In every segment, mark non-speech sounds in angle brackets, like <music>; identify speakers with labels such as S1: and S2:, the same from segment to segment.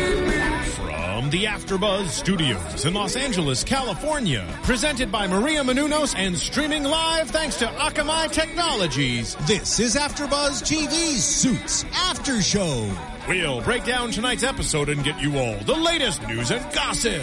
S1: From the AfterBuzz Studios in Los Angeles, California, presented by Maria Menounos and streaming live thanks to Akamai Technologies.
S2: This is AfterBuzz TV's Suits After Show.
S1: We'll break down tonight's episode and get you all the latest news and gossip.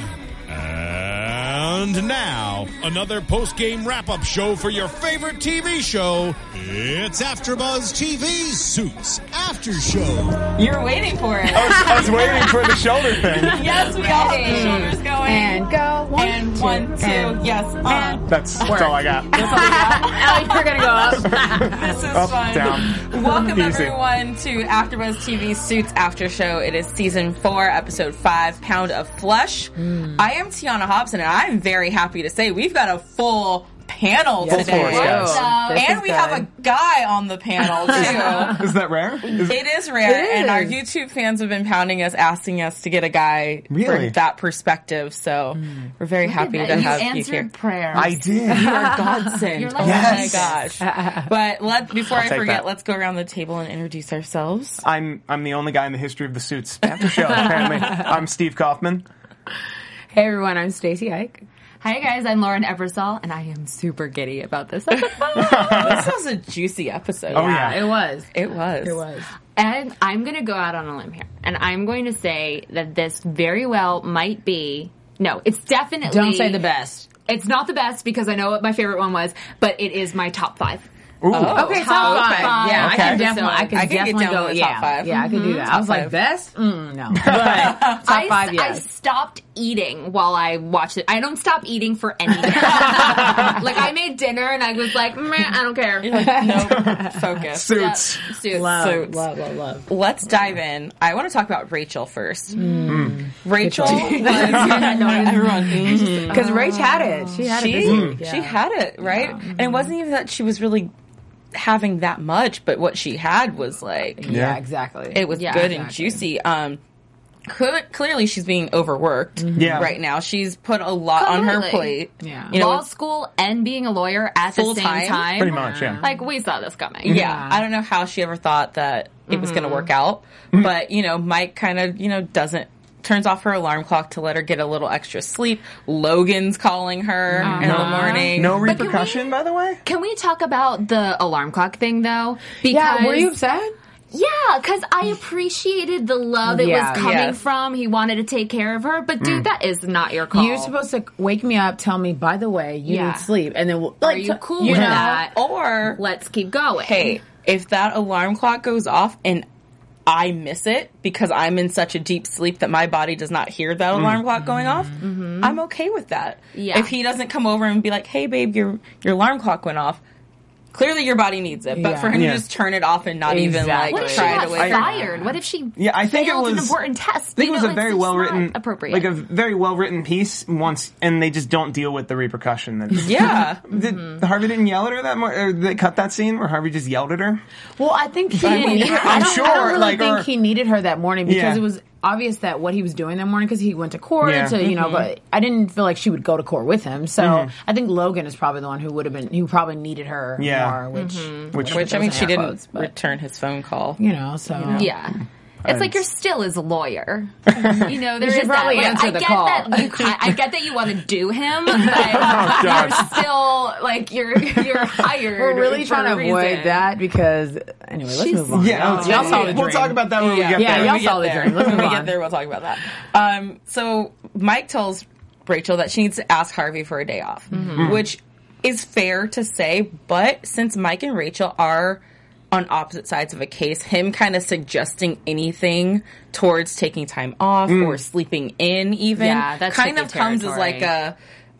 S1: And now, another post-game wrap-up show for your favorite TV show.
S2: It's AfterBuzz TV's Suits After Show.
S3: You were waiting for it.
S4: I was waiting for the shoulder thing.
S3: yes, we all have the shoulders going.
S5: And go one,
S3: And one, two, yes. Uh,
S4: That's, that's all I got.
S5: Allie, we're gonna go up.
S3: this is
S4: Up,
S3: fun.
S4: down.
S3: Welcome
S4: Easy.
S3: everyone to AfterBuzz TV Suits After Show. It is season four, episode five, Pound of Flesh.
S4: Hmm.
S3: I am Tiana Hobson, and I'm very happy to say we've got a full panel today.
S4: force, guys.
S5: Whoa. This
S3: And
S5: is
S3: we have
S5: good.
S3: a guy on the panel too.
S4: <laughs> Is that rare? Is-
S3: It is rare,
S5: It
S3: and our
S5: is.
S3: YouTube fans have been pounding us, asking us to get a guy
S4: Really?
S3: from that perspective. So
S4: Hmm.
S3: we're very happy to have you
S5: answered
S3: here.
S5: prayer.
S4: I did.
S3: You <laughs> are godsend.
S5: You're
S3: oh
S5: like-
S4: Yes.
S3: my
S6: <laughs>
S3: gosh! But let before I
S4: take
S3: forget,
S4: that.
S3: let's go around the table and introduce ourselves.
S4: I'm I'm the only guy in the history of the suits after show. Apparently, I'm Steve Kaufman.
S6: Hey everyone, I'm Stacey
S3: <laughs>
S6: Ike.
S5: Hi guys, I'm Lauren Ebersol, and I am super giddy about this. episode.
S6: <laughs>
S3: Oh, this was a juicy episode.
S4: Oh yeah,
S6: It was.
S3: It was.
S6: It was.
S5: and I'm gonna go out on a limb here, and I'm going to say that this very well might be. No, it's definitely.
S6: Don't say the best.
S5: It's not the best because I know what my favorite one was, but it is my top five.
S4: Ooh,
S6: Okay, top
S3: okay. Yeah,
S6: five. Yeah,
S3: I
S6: I
S3: can
S6: can definitely, I
S3: definitely-
S6: can,
S3: I can get
S6: definitely
S3: down
S6: go
S3: with the
S6: yeah,
S3: top five.
S6: Yeah, I can do
S5: Mm-hmm.
S6: that. I was
S3: five. <laughs>
S6: like best. Mm, no, but <laughs> top
S5: I,
S6: five.
S5: I
S6: Yes.
S5: stopped eating while I watched it. I don't stop eating for anything. <laughs> like I made dinner and I was like, Meh, I don't care.
S3: no focus.
S4: suits.
S5: Suits.
S6: love,
S3: suits.
S6: love, love, love.
S3: Let's dive in. I want to talk about Rachel first.
S6: Hmm.
S3: Mm. Rachel
S6: <laughs>
S3: was everyone. mm.
S6: Because Rach had it. She had it.
S3: she
S6: This week.
S3: she had it right, and it wasn't even that she was really having that much, but what she had was like
S6: Yeah, exactly.
S3: it was
S5: Yeah,
S3: good and
S6: exactly.
S3: juicy. Um, cle- clearly she's being overworked
S4: Yeah.
S3: right now. She's put a lot on her
S5: Completely.
S3: plate.
S6: Mm-hmm. Yeah.
S3: you know,
S5: Law
S3: it's-
S5: school and being a lawyer at the
S3: Full
S5: same
S3: time?
S5: time.
S4: Pretty much, yeah.
S5: Like we saw this coming.
S3: yeah. I don't know how she ever thought that it was
S6: Mm-hmm.
S3: going to work out, but you know, Mike kind of you know doesn't. Turns off her alarm clock to let her get a little extra sleep. Logan's calling her in the
S6: Uh-huh.
S3: morning.
S4: no repercussion, by the way.
S5: Can we talk about the alarm clock thing though? Because
S6: yeah, were you upset?
S5: Yeah, because I appreciated the love it
S6: Yeah.
S5: was coming
S3: Yes.
S5: from. He wanted to take care of her, but dude, that is not your call.
S6: You're supposed to wake me up, tell me, by the way, you
S5: Yeah.
S6: need sleep, and then we'll, like,
S5: you
S6: t-
S5: cool with
S6: Uh,
S5: that?
S3: Or
S5: Let's keep going.
S3: hey, if that alarm clock goes off and I miss it because I'm in such a deep sleep that my body does not hear that
S6: Mm-hmm.
S3: alarm clock going off, I'm okay with that.
S5: Yeah.
S3: If he doesn't come over and be like, "Hey, babe, your your alarm clock went off," clearly your body needs it. But
S6: Yeah.
S3: for him
S4: Yeah.
S3: to just turn it off and not
S6: Exactly.
S5: What
S3: even
S5: if
S3: like
S5: she
S3: try
S5: got
S3: to wake her up,
S5: fired? What if she
S4: Yeah, I think it
S5: failed an
S4: was-
S5: important test?
S4: I think
S5: You
S4: it was
S5: know,
S4: a
S5: it's
S4: very
S5: just
S4: well
S5: not
S4: written,
S5: appropriate.
S4: like a very well written piece. Once, and they just don't deal with the repercussion. That
S3: yeah,
S4: Did, Harvey didn't yell at her that much. Or they cut that scene where Harvey just yelled at her.
S6: Well, I think he
S3: mean,
S6: needed her. I
S4: I'm
S6: don't,
S4: sure,
S6: I don't really
S4: like,
S6: think
S4: or-
S6: he needed her that morning because
S4: Yeah.
S6: it was obvious that what he was doing that morning because he went to court
S4: Yeah. Mm-hmm.
S6: to you know, but I didn't feel like she would go to court with him. So I think Logan is probably the one who would have been who probably needed her
S4: Yeah.
S6: more, which
S4: Which,
S3: which I mean, she
S6: air
S3: didn't
S6: quotes, but-
S3: return his phone call.
S6: you know, so
S5: Yeah. It's like you're still as a lawyer. You know, there
S6: should
S5: is
S6: probably
S5: that. Like,
S6: answer
S5: I
S6: the
S5: get
S6: call.
S5: that you, I, I get that you want to do him,
S4: <laughs>
S5: but
S4: Oh,
S5: you're still like you're you're hired.
S6: We're really
S5: for
S6: trying
S5: a
S6: to avoid
S5: reason.
S6: that because anyway, let's move on.
S4: Yeah,
S6: y'all, y'all saw the
S4: we'll
S6: dream.
S4: talk about that when we get
S6: Yeah,
S4: there.
S6: y'all
S3: When we
S6: saw
S3: get
S6: the
S3: there.
S6: dream. Let's
S3: <laughs> When we
S6: move
S3: get
S6: on.
S3: there, we'll talk about that. Um, so Mike tells Rachel that she needs to ask Harvey for a day off,
S6: Mm-hmm.
S3: which is fair to say, but since Mike and Rachel are on opposite sides of a case, him kind of suggesting anything
S6: Mm.
S3: towards taking time off or sleeping in even
S5: Yeah, that's
S3: kind
S5: tricky
S3: of comes as like
S5: territory.
S3: a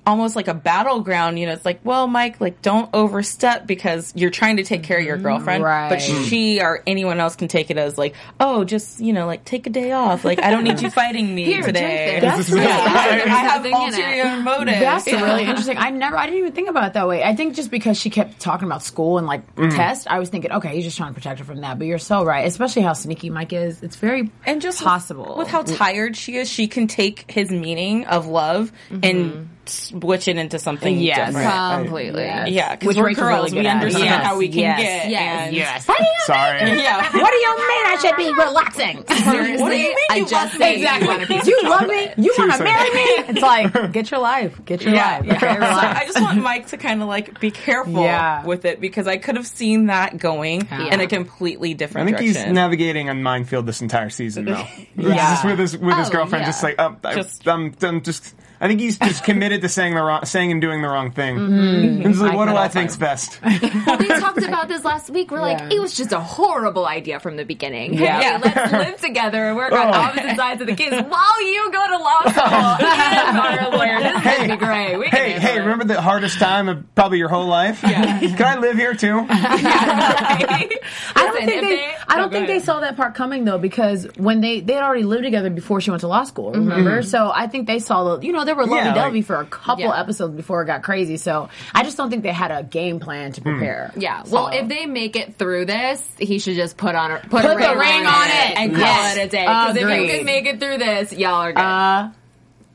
S3: almost like a battleground. You know, it's like, well, Mike, like don't overstep because you're trying to take care of your girlfriend,
S6: Mm-hmm. Right.
S3: but she or anyone else can take it as like, oh, just you know, like take a day off. Like I don't need
S6: <laughs>
S3: you fighting me
S5: Here,
S3: today.
S5: drink
S3: <laughs>
S6: That's
S5: this.
S6: really-
S3: I have
S5: Something in it.
S3: ulterior motives.
S6: That's
S3: Yeah.
S6: <laughs> really interesting. I never, I didn't even think about it that way. I think just because she kept talking about school and like
S4: Mm-hmm.
S6: test, I was thinking, okay, he's just trying to protect her from that. But you're so right, especially how sneaky Mike is. It's very
S3: and just with-
S6: possible
S3: with, how tired she is she can take his meaning of love and switch it into something
S6: Mm-hmm. Yes.
S3: different
S5: Completely.
S3: yeah because
S6: Which
S3: we're
S6: Rachel's really
S3: girls
S6: good
S3: we
S6: at.
S3: understand
S6: Yes.
S3: how we can
S6: Yes.
S3: get
S5: Yes.
S3: and-
S6: yes. What do you
S3: <laughs>
S4: Sorry.
S3: yeah
S6: What do you mean I should be <laughs> relaxing?
S5: Seriously,
S3: What do you mean
S5: I
S3: you
S5: just
S3: love
S5: say
S3: me?
S5: you want to be
S6: Do you love me? You want to
S4: Seriously.
S6: marry me? <laughs> It's like get your life, get your
S3: Yeah.
S6: life. Okay,
S3: So
S6: relax.
S3: I just want Mike to kind of like be careful
S6: Uh-huh. Yeah.
S3: with it because I could have seen that going in
S5: Yeah.
S3: a completely different
S4: I think he's
S3: direction.
S4: navigating a minefield this entire
S3: <laughs>
S4: season, though.
S6: Yeah.
S4: Just with his with his
S5: Oh,
S4: girlfriend,
S5: yeah.
S4: just like um, I,
S3: Just-
S4: I'm, I'm just. I think he's just committed to saying the wrong, saying and doing the wrong thing.
S3: Mm-hmm.
S4: And He's like,
S6: I
S4: what do
S6: feel
S4: I
S6: that
S4: think's best? I
S5: we talked about this last week. We're like,
S6: Yeah.
S5: it was just a horrible idea from the beginning.
S6: Yeah. Oh.
S5: Hey,
S3: Yeah.
S6: <laughs>
S5: let's live together and work on opposite sides of the kids while you go to law
S6: <laughs>
S5: <laughs> school. and are a lawyer. This is gonna be great. We
S3: <laughs>
S5: can
S4: Hey,
S5: handle
S4: hey,
S5: it.
S4: remember the hardest time of probably your whole life? <laughs> Yeah. Can I live here too?
S6: I don't
S5: Listen,
S6: think
S5: if
S6: they,
S5: they-
S6: I don't think they saw that part coming though because when they they had already lived together before she went to law school, remember? So I think they saw the you know they were lovey
S4: like-
S6: dovey for a couple
S5: Yeah.
S6: episodes before it got crazy. So I just don't think they had a game plan to prepare.
S5: Yeah. Well,
S6: So-
S5: if they make it through this, he should just put on a, put,
S6: Oh. Put
S5: a
S6: the
S5: ring,
S6: ring
S5: on,
S6: on
S5: it
S6: it.
S5: and
S6: Yes.
S5: call it a day. Because if you
S6: Agreed. Uh,
S5: can make it through this, y'all are good.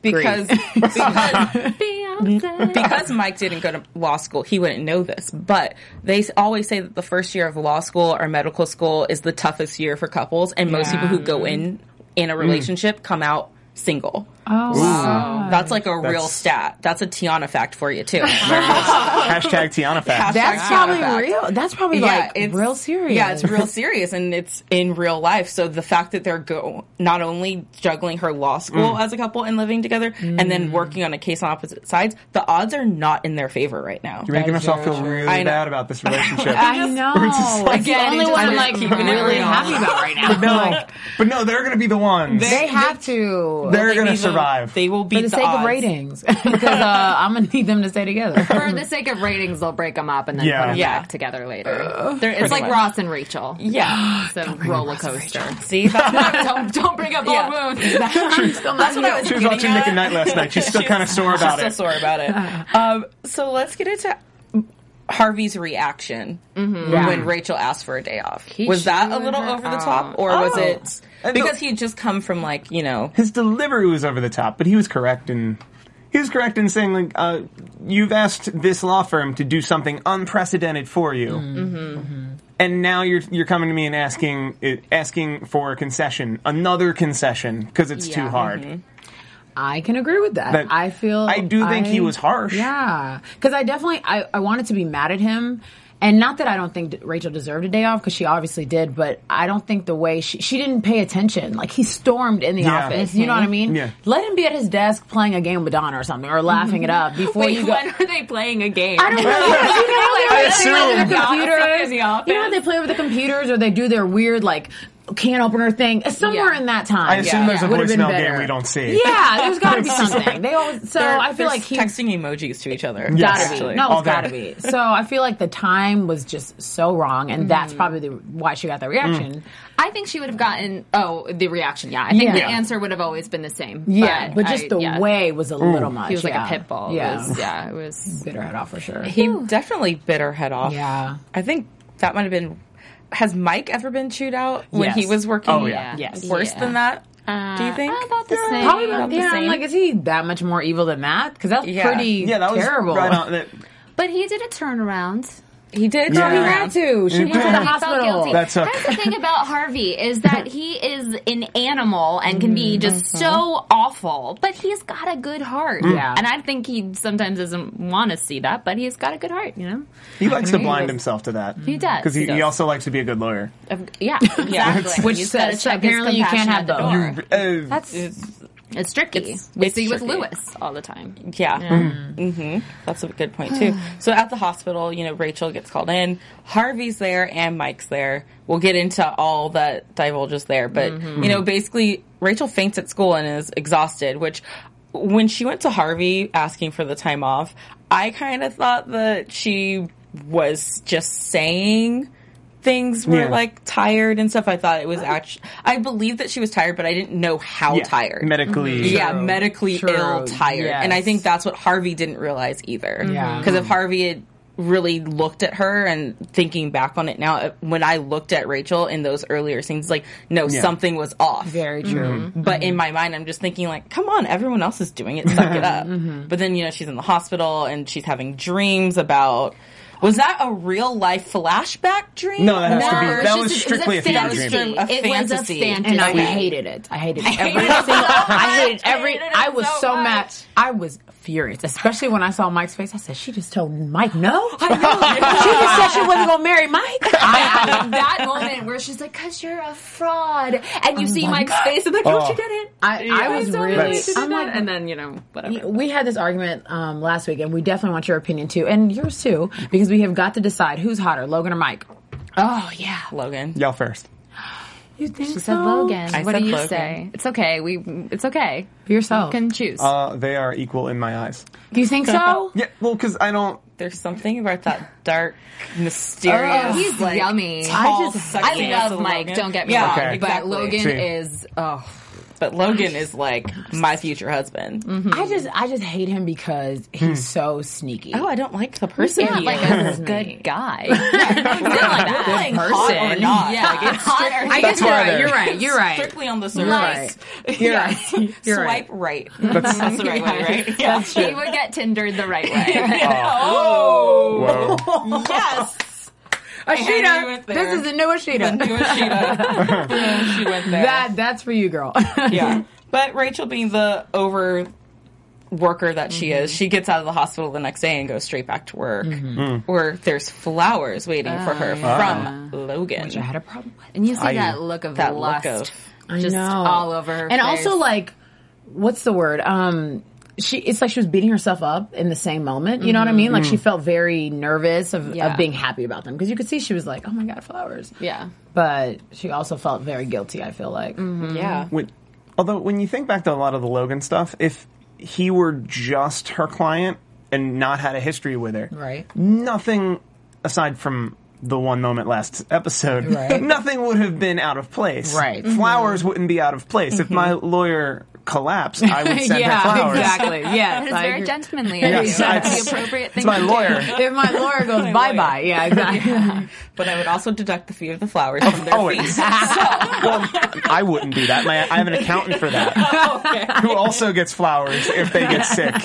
S3: because
S4: <laughs>
S3: because
S5: Beyonce.
S3: because Mike didn't go to law school, he wouldn't know this. But they s- always say that the first year of law school or medical school is the toughest year for couples, and most people who go in in
S4: Mm.
S3: a relationship come out single.
S6: oh wow.
S3: That's like a real
S4: That's-
S3: stat. That's a Tiana fact for
S4: <laughs>
S3: you too.
S4: Hashtag Tiana fact.
S3: Hashtag
S6: that's
S3: Tiana
S6: probably
S3: fact.
S6: real. That's probably like real serious.
S3: Yeah, it's real serious, and it's in real life. So the fact that they're go not only juggling her law school as a couple and living together, and then working on a case on opposate sides, the odds are not in their favor right now.
S4: You're making myself feel
S3: <laughs> I
S4: really
S3: know.
S4: bad about this relationship.
S6: I know. it's <laughs> the
S5: Again,
S6: only
S5: it
S6: one I'm
S5: just-
S6: like
S5: I'm just keeping it
S6: really
S5: real.
S6: happy about right now.
S4: no, but no, they're gonna be the ones.
S6: They, have to.
S4: They're
S3: They
S4: gonna
S3: will-
S4: survive.
S3: They will beat
S6: for the, sake of
S3: odds.
S6: ratings, <laughs> because uh, I'm gonna need them to stay together.
S5: For the sake of ratings, they'll break them up and then
S4: Yeah.
S5: put them
S3: Yeah.
S5: back together later.
S3: They're-
S5: it's like
S3: much.
S5: Ross and Rachel. <gasps>
S3: Yeah.
S5: It's a roller coaster.
S3: See, that's what I-
S5: <laughs> don't, don't bring up
S3: Yeah.
S5: old wounds. <laughs>
S3: that's what I was
S4: She was
S3: getting
S4: watching Nick
S3: at.
S4: and Night last night.
S3: <laughs>
S4: She's still kind of sore about
S3: still
S4: it.
S3: sore about
S6: <laughs>
S3: it. Um, so let's get into Harvey's reaction
S6: Mm-hmm.
S3: when Rachel asked for a day off. was that a
S5: chewed
S3: little
S5: her
S3: over the
S5: out.
S3: top, or
S6: Oh.
S3: was
S4: I
S3: it
S4: know.
S3: because he had just come from like you know?
S4: his delivery was over the top, but he was correct in he was correct in saying like uh, you've asked this law firm to do something unprecedented for you, and now you're you're coming to me and asking it, asking for a concession, another concession because it's too
S5: Yeah.
S4: hard.
S6: I can agree with that.
S4: That-
S6: I feel
S4: I do think he was harsh.
S6: Yeah, because I definitely I, I wanted to be mad at him, and not that I don't think Rachel deserved a day off because she obviously did, but I don't think the way she she didn't pay attention. Like he stormed in the
S4: Yeah.
S6: office. You know what I mean?
S4: Yeah.
S6: Let him be at his desk playing a game with Donna or something, or laughing it <laughs> up before
S5: Wait,
S6: you go.
S5: when are they playing a game?
S6: I <laughs> don't know.
S5: I
S6: You know, when they play
S4: <laughs> assume.
S6: with the
S5: Yeah,
S6: computers.
S5: in the office.
S6: You know how they play with the computers or they do their weird like can opener thing. It's Somewhere
S5: Yeah.
S6: in that time.
S4: I assume
S3: Yeah.
S4: there's a
S6: Would've been
S4: voicemail
S6: better.
S4: game we don't see.
S6: <laughs> Yeah, there's got to
S4: <laughs>
S6: be something. They always so
S3: They're-
S6: I feel
S3: they're
S6: like he
S3: texting emojis to each other.
S4: Yes.
S6: gotta
S3: actually.
S6: be. No,
S4: All
S6: it's gotta
S4: day.
S6: be. So I feel like the time was just so wrong, and that's probably the, why she got that reaction.
S4: Mm.
S5: I think she would have gotten oh the reaction. Yeah, I think
S6: Yeah.
S5: the answer would have always been the same.
S6: Yeah, but, just
S5: I-
S6: the
S5: yeah.
S6: way was a little much.
S5: he was like
S6: yeah.
S5: a pit bull. It
S6: Yeah,
S5: was- yeah, it was.
S6: bit her head off for sure.
S3: He definitely bit her head off.
S6: Yeah.
S3: I think that might have been. Has Mike ever been chewed out when
S6: Yes.
S3: he was working?
S4: Oh, yeah.
S6: Yes.
S3: Worse
S5: Yeah.
S3: than that? Do you
S5: Uh,
S3: think?
S5: about the same?
S6: Probably about,
S3: the
S6: yeah. I'm
S3: same.
S6: like, is he that much more evil than that? Because that's
S3: Yeah.
S6: pretty
S4: Yeah, that was
S6: terrible.
S4: right on. That,
S5: But he did a turnaround.
S3: He did.
S4: Yeah.
S3: turn
S6: He
S3: around.
S6: had to. She went to
S5: Yeah,
S6: the
S5: he felt
S6: hospital.
S5: guilty.
S4: That sucked.
S5: That's the thing about Harvey is that he is an animal and can be just so awful, but he's got a good heart.
S4: Mm.
S6: Yeah.
S5: and I think he sometimes doesn't want to see that, but he's got a good heart. You know,
S4: he likes to
S5: he
S4: blind
S5: was-
S4: himself to that.
S5: he does.
S4: Because he,
S5: does.
S4: he also likes to be a good lawyer.
S5: Of- yeah, <laughs> exactly.
S6: Which
S5: He's gotta
S6: says-
S5: check his
S6: apparently you can't
S5: compassion at
S6: have
S5: the
S6: both.
S5: door.
S4: Uh,
S6: That's
S5: It's tricky.
S3: It's-
S5: we
S3: it's
S5: see with
S3: tricky.
S5: Lewis all the time.
S3: Yeah. hmm That's a good point, too. so at the hospital, you know, Rachel gets called in. Harvey's there and Mike's there. We'll get into all that divulges there. But, you know, basically, Rachel faints at school and is exhausted, which when she went to Harvey asking for the time off, I kind of thought that she was just saying things were
S4: Yeah.
S3: like tired and stuff. I thought it was actually, I believed that she was tired, but I didn't know how
S4: Yeah,
S3: tired. Mm-hmm.
S4: medically.
S3: yeah,
S6: True.
S3: medically
S6: True.
S3: ill, tired. And I
S6: Yes.
S3: think that's what Harvey didn't realize either.
S6: Yeah.
S3: Because if Harvey had really looked at her and thinking back on it now, uh, when I looked at Rachel in those earlier scenes, like, no, something was off.
S6: Very true.
S3: But in my mind, I'm just thinking like, come on, everyone else is doing it, suck it up. But then, you know, she's in the hospital and she's having dreams about, was that a real life flashback dream?
S4: No, that has to be-
S3: Or-
S4: that
S5: it's just-
S4: was
S5: it
S4: strictly a
S5: fantasy.
S4: fantasy
S3: dream. A
S5: It was a
S3: fantasy.
S5: fantasy.
S6: And I
S5: Okay. <laughs>
S6: hated it. I hated it. Every
S3: hated it
S6: single.
S3: so
S6: I hated
S3: much. I
S6: every.
S3: hated it
S6: I was
S3: so
S6: so mad.
S3: much.
S6: I was furious, especially when I saw Mike's face. I said, "She just told Mike no." she just said
S3: I
S6: <laughs> she wasn't gonna marry Mike.
S5: I, I mean, that moment where she's like, "Cause you're a fraud," and
S4: Oh
S5: you see Mike's face, I'm like, "No, she didn't."
S6: I, I was
S5: don't
S6: really.
S5: believe she did
S6: I'm
S5: that.
S6: like,
S5: and then you know, whatever.
S6: we had this argument um, last week, and we definitely want your opinion too, and yours too, because we have got to decide who's hotter, Logan or Mike.
S5: Oh yeah,
S3: Logan.
S4: Y'all first.
S6: You think
S5: she said Logan.
S3: I
S5: what
S3: said
S5: do you
S3: Logan.
S5: say? It's okay. We, it's okay.
S6: For yourself.
S5: You can choose.
S4: Uh, they are equal in my eyes.
S6: You think so?
S4: Yeah, well, because I don't.
S3: There's something about that dark, mysterious.
S5: Oh, He's
S3: like,
S5: yummy.
S3: tall,
S6: just-
S5: I
S3: sexy ass
S5: love
S3: Logan.
S5: Mike. Don't get me
S3: Yeah,
S5: wrong,
S4: Okay.
S5: but
S3: exactly.
S5: Logan
S4: See.
S5: is oh,
S3: But Logan is like my future husband.
S6: I just, I just hate him because he's so sneaky.
S3: Oh, I don't like the person.
S5: yeah,
S3: he
S5: like
S3: is.
S5: a good guy. Yeah, <laughs> not like that.
S3: Feeling hot or not.
S5: Yeah,
S3: Like, it's
S5: hot or- I guess
S4: why they're-
S5: you're right. You're right. You're right.
S3: strictly on the
S6: You're
S3: surface.
S6: right. You're right. You're
S3: Swipe
S6: right.
S3: right. <laughs> That's, the right way, right? Yeah.
S5: He would get Tindered the right way.
S3: Oh,
S4: Whoa.
S3: yes. you
S6: Ashita,
S3: went
S6: this
S3: there.
S6: is the new Ashita.
S3: Knew it, she done. Boom, she went there.
S6: That, that's for you, girl.
S3: yeah. But Rachel, being the over worker that she is, she gets out of the hospital the next day and goes straight back to work, where there's flowers waiting for her from Logan.
S6: I had a problem with.
S5: And you see
S4: I-
S5: that look of
S3: that
S5: lust
S3: look of
S5: just all over her
S6: and
S5: face.
S6: also like what's the word um she it's like she was beating herself up in the same moment you know what i mean like she felt very nervous of,
S5: Yeah.
S6: of being happy about them because you could see she was like oh my god flowers
S5: yeah.
S6: but she also felt very guilty i feel like
S5: Mm-hmm.
S3: yeah.
S4: <laughs> When, although, when you think back to a lot of the Logan stuff, if he were just her client and not had a history with her,
S6: <laughs> right
S4: nothing aside from the one moment last episode,
S6: Right.
S4: <laughs> nothing would have been out of place. Mm-hmm.
S6: Right. Mm-hmm.
S4: Flowers wouldn't be out of place. If my lawyer collapsed,
S6: <laughs>
S4: I would send her flowers.
S6: exactly yes
S5: It's
S6: I
S5: very
S6: agree.
S5: gentlemanly.
S4: Yes,
S5: I think
S4: I-
S5: It's the appropriate thing
S4: It's my
S5: to do.
S4: lawyer.
S6: <laughs> if my lawyer <laughs> goes bye bye <laughs> yeah exactly
S3: But I would also deduct the fee of the flowers from their
S6: <laughs>
S4: always.
S3: fees.
S4: well, I wouldn't do that. My, I have an accountant
S6: <laughs>
S4: for that, who also gets flowers if they get sick.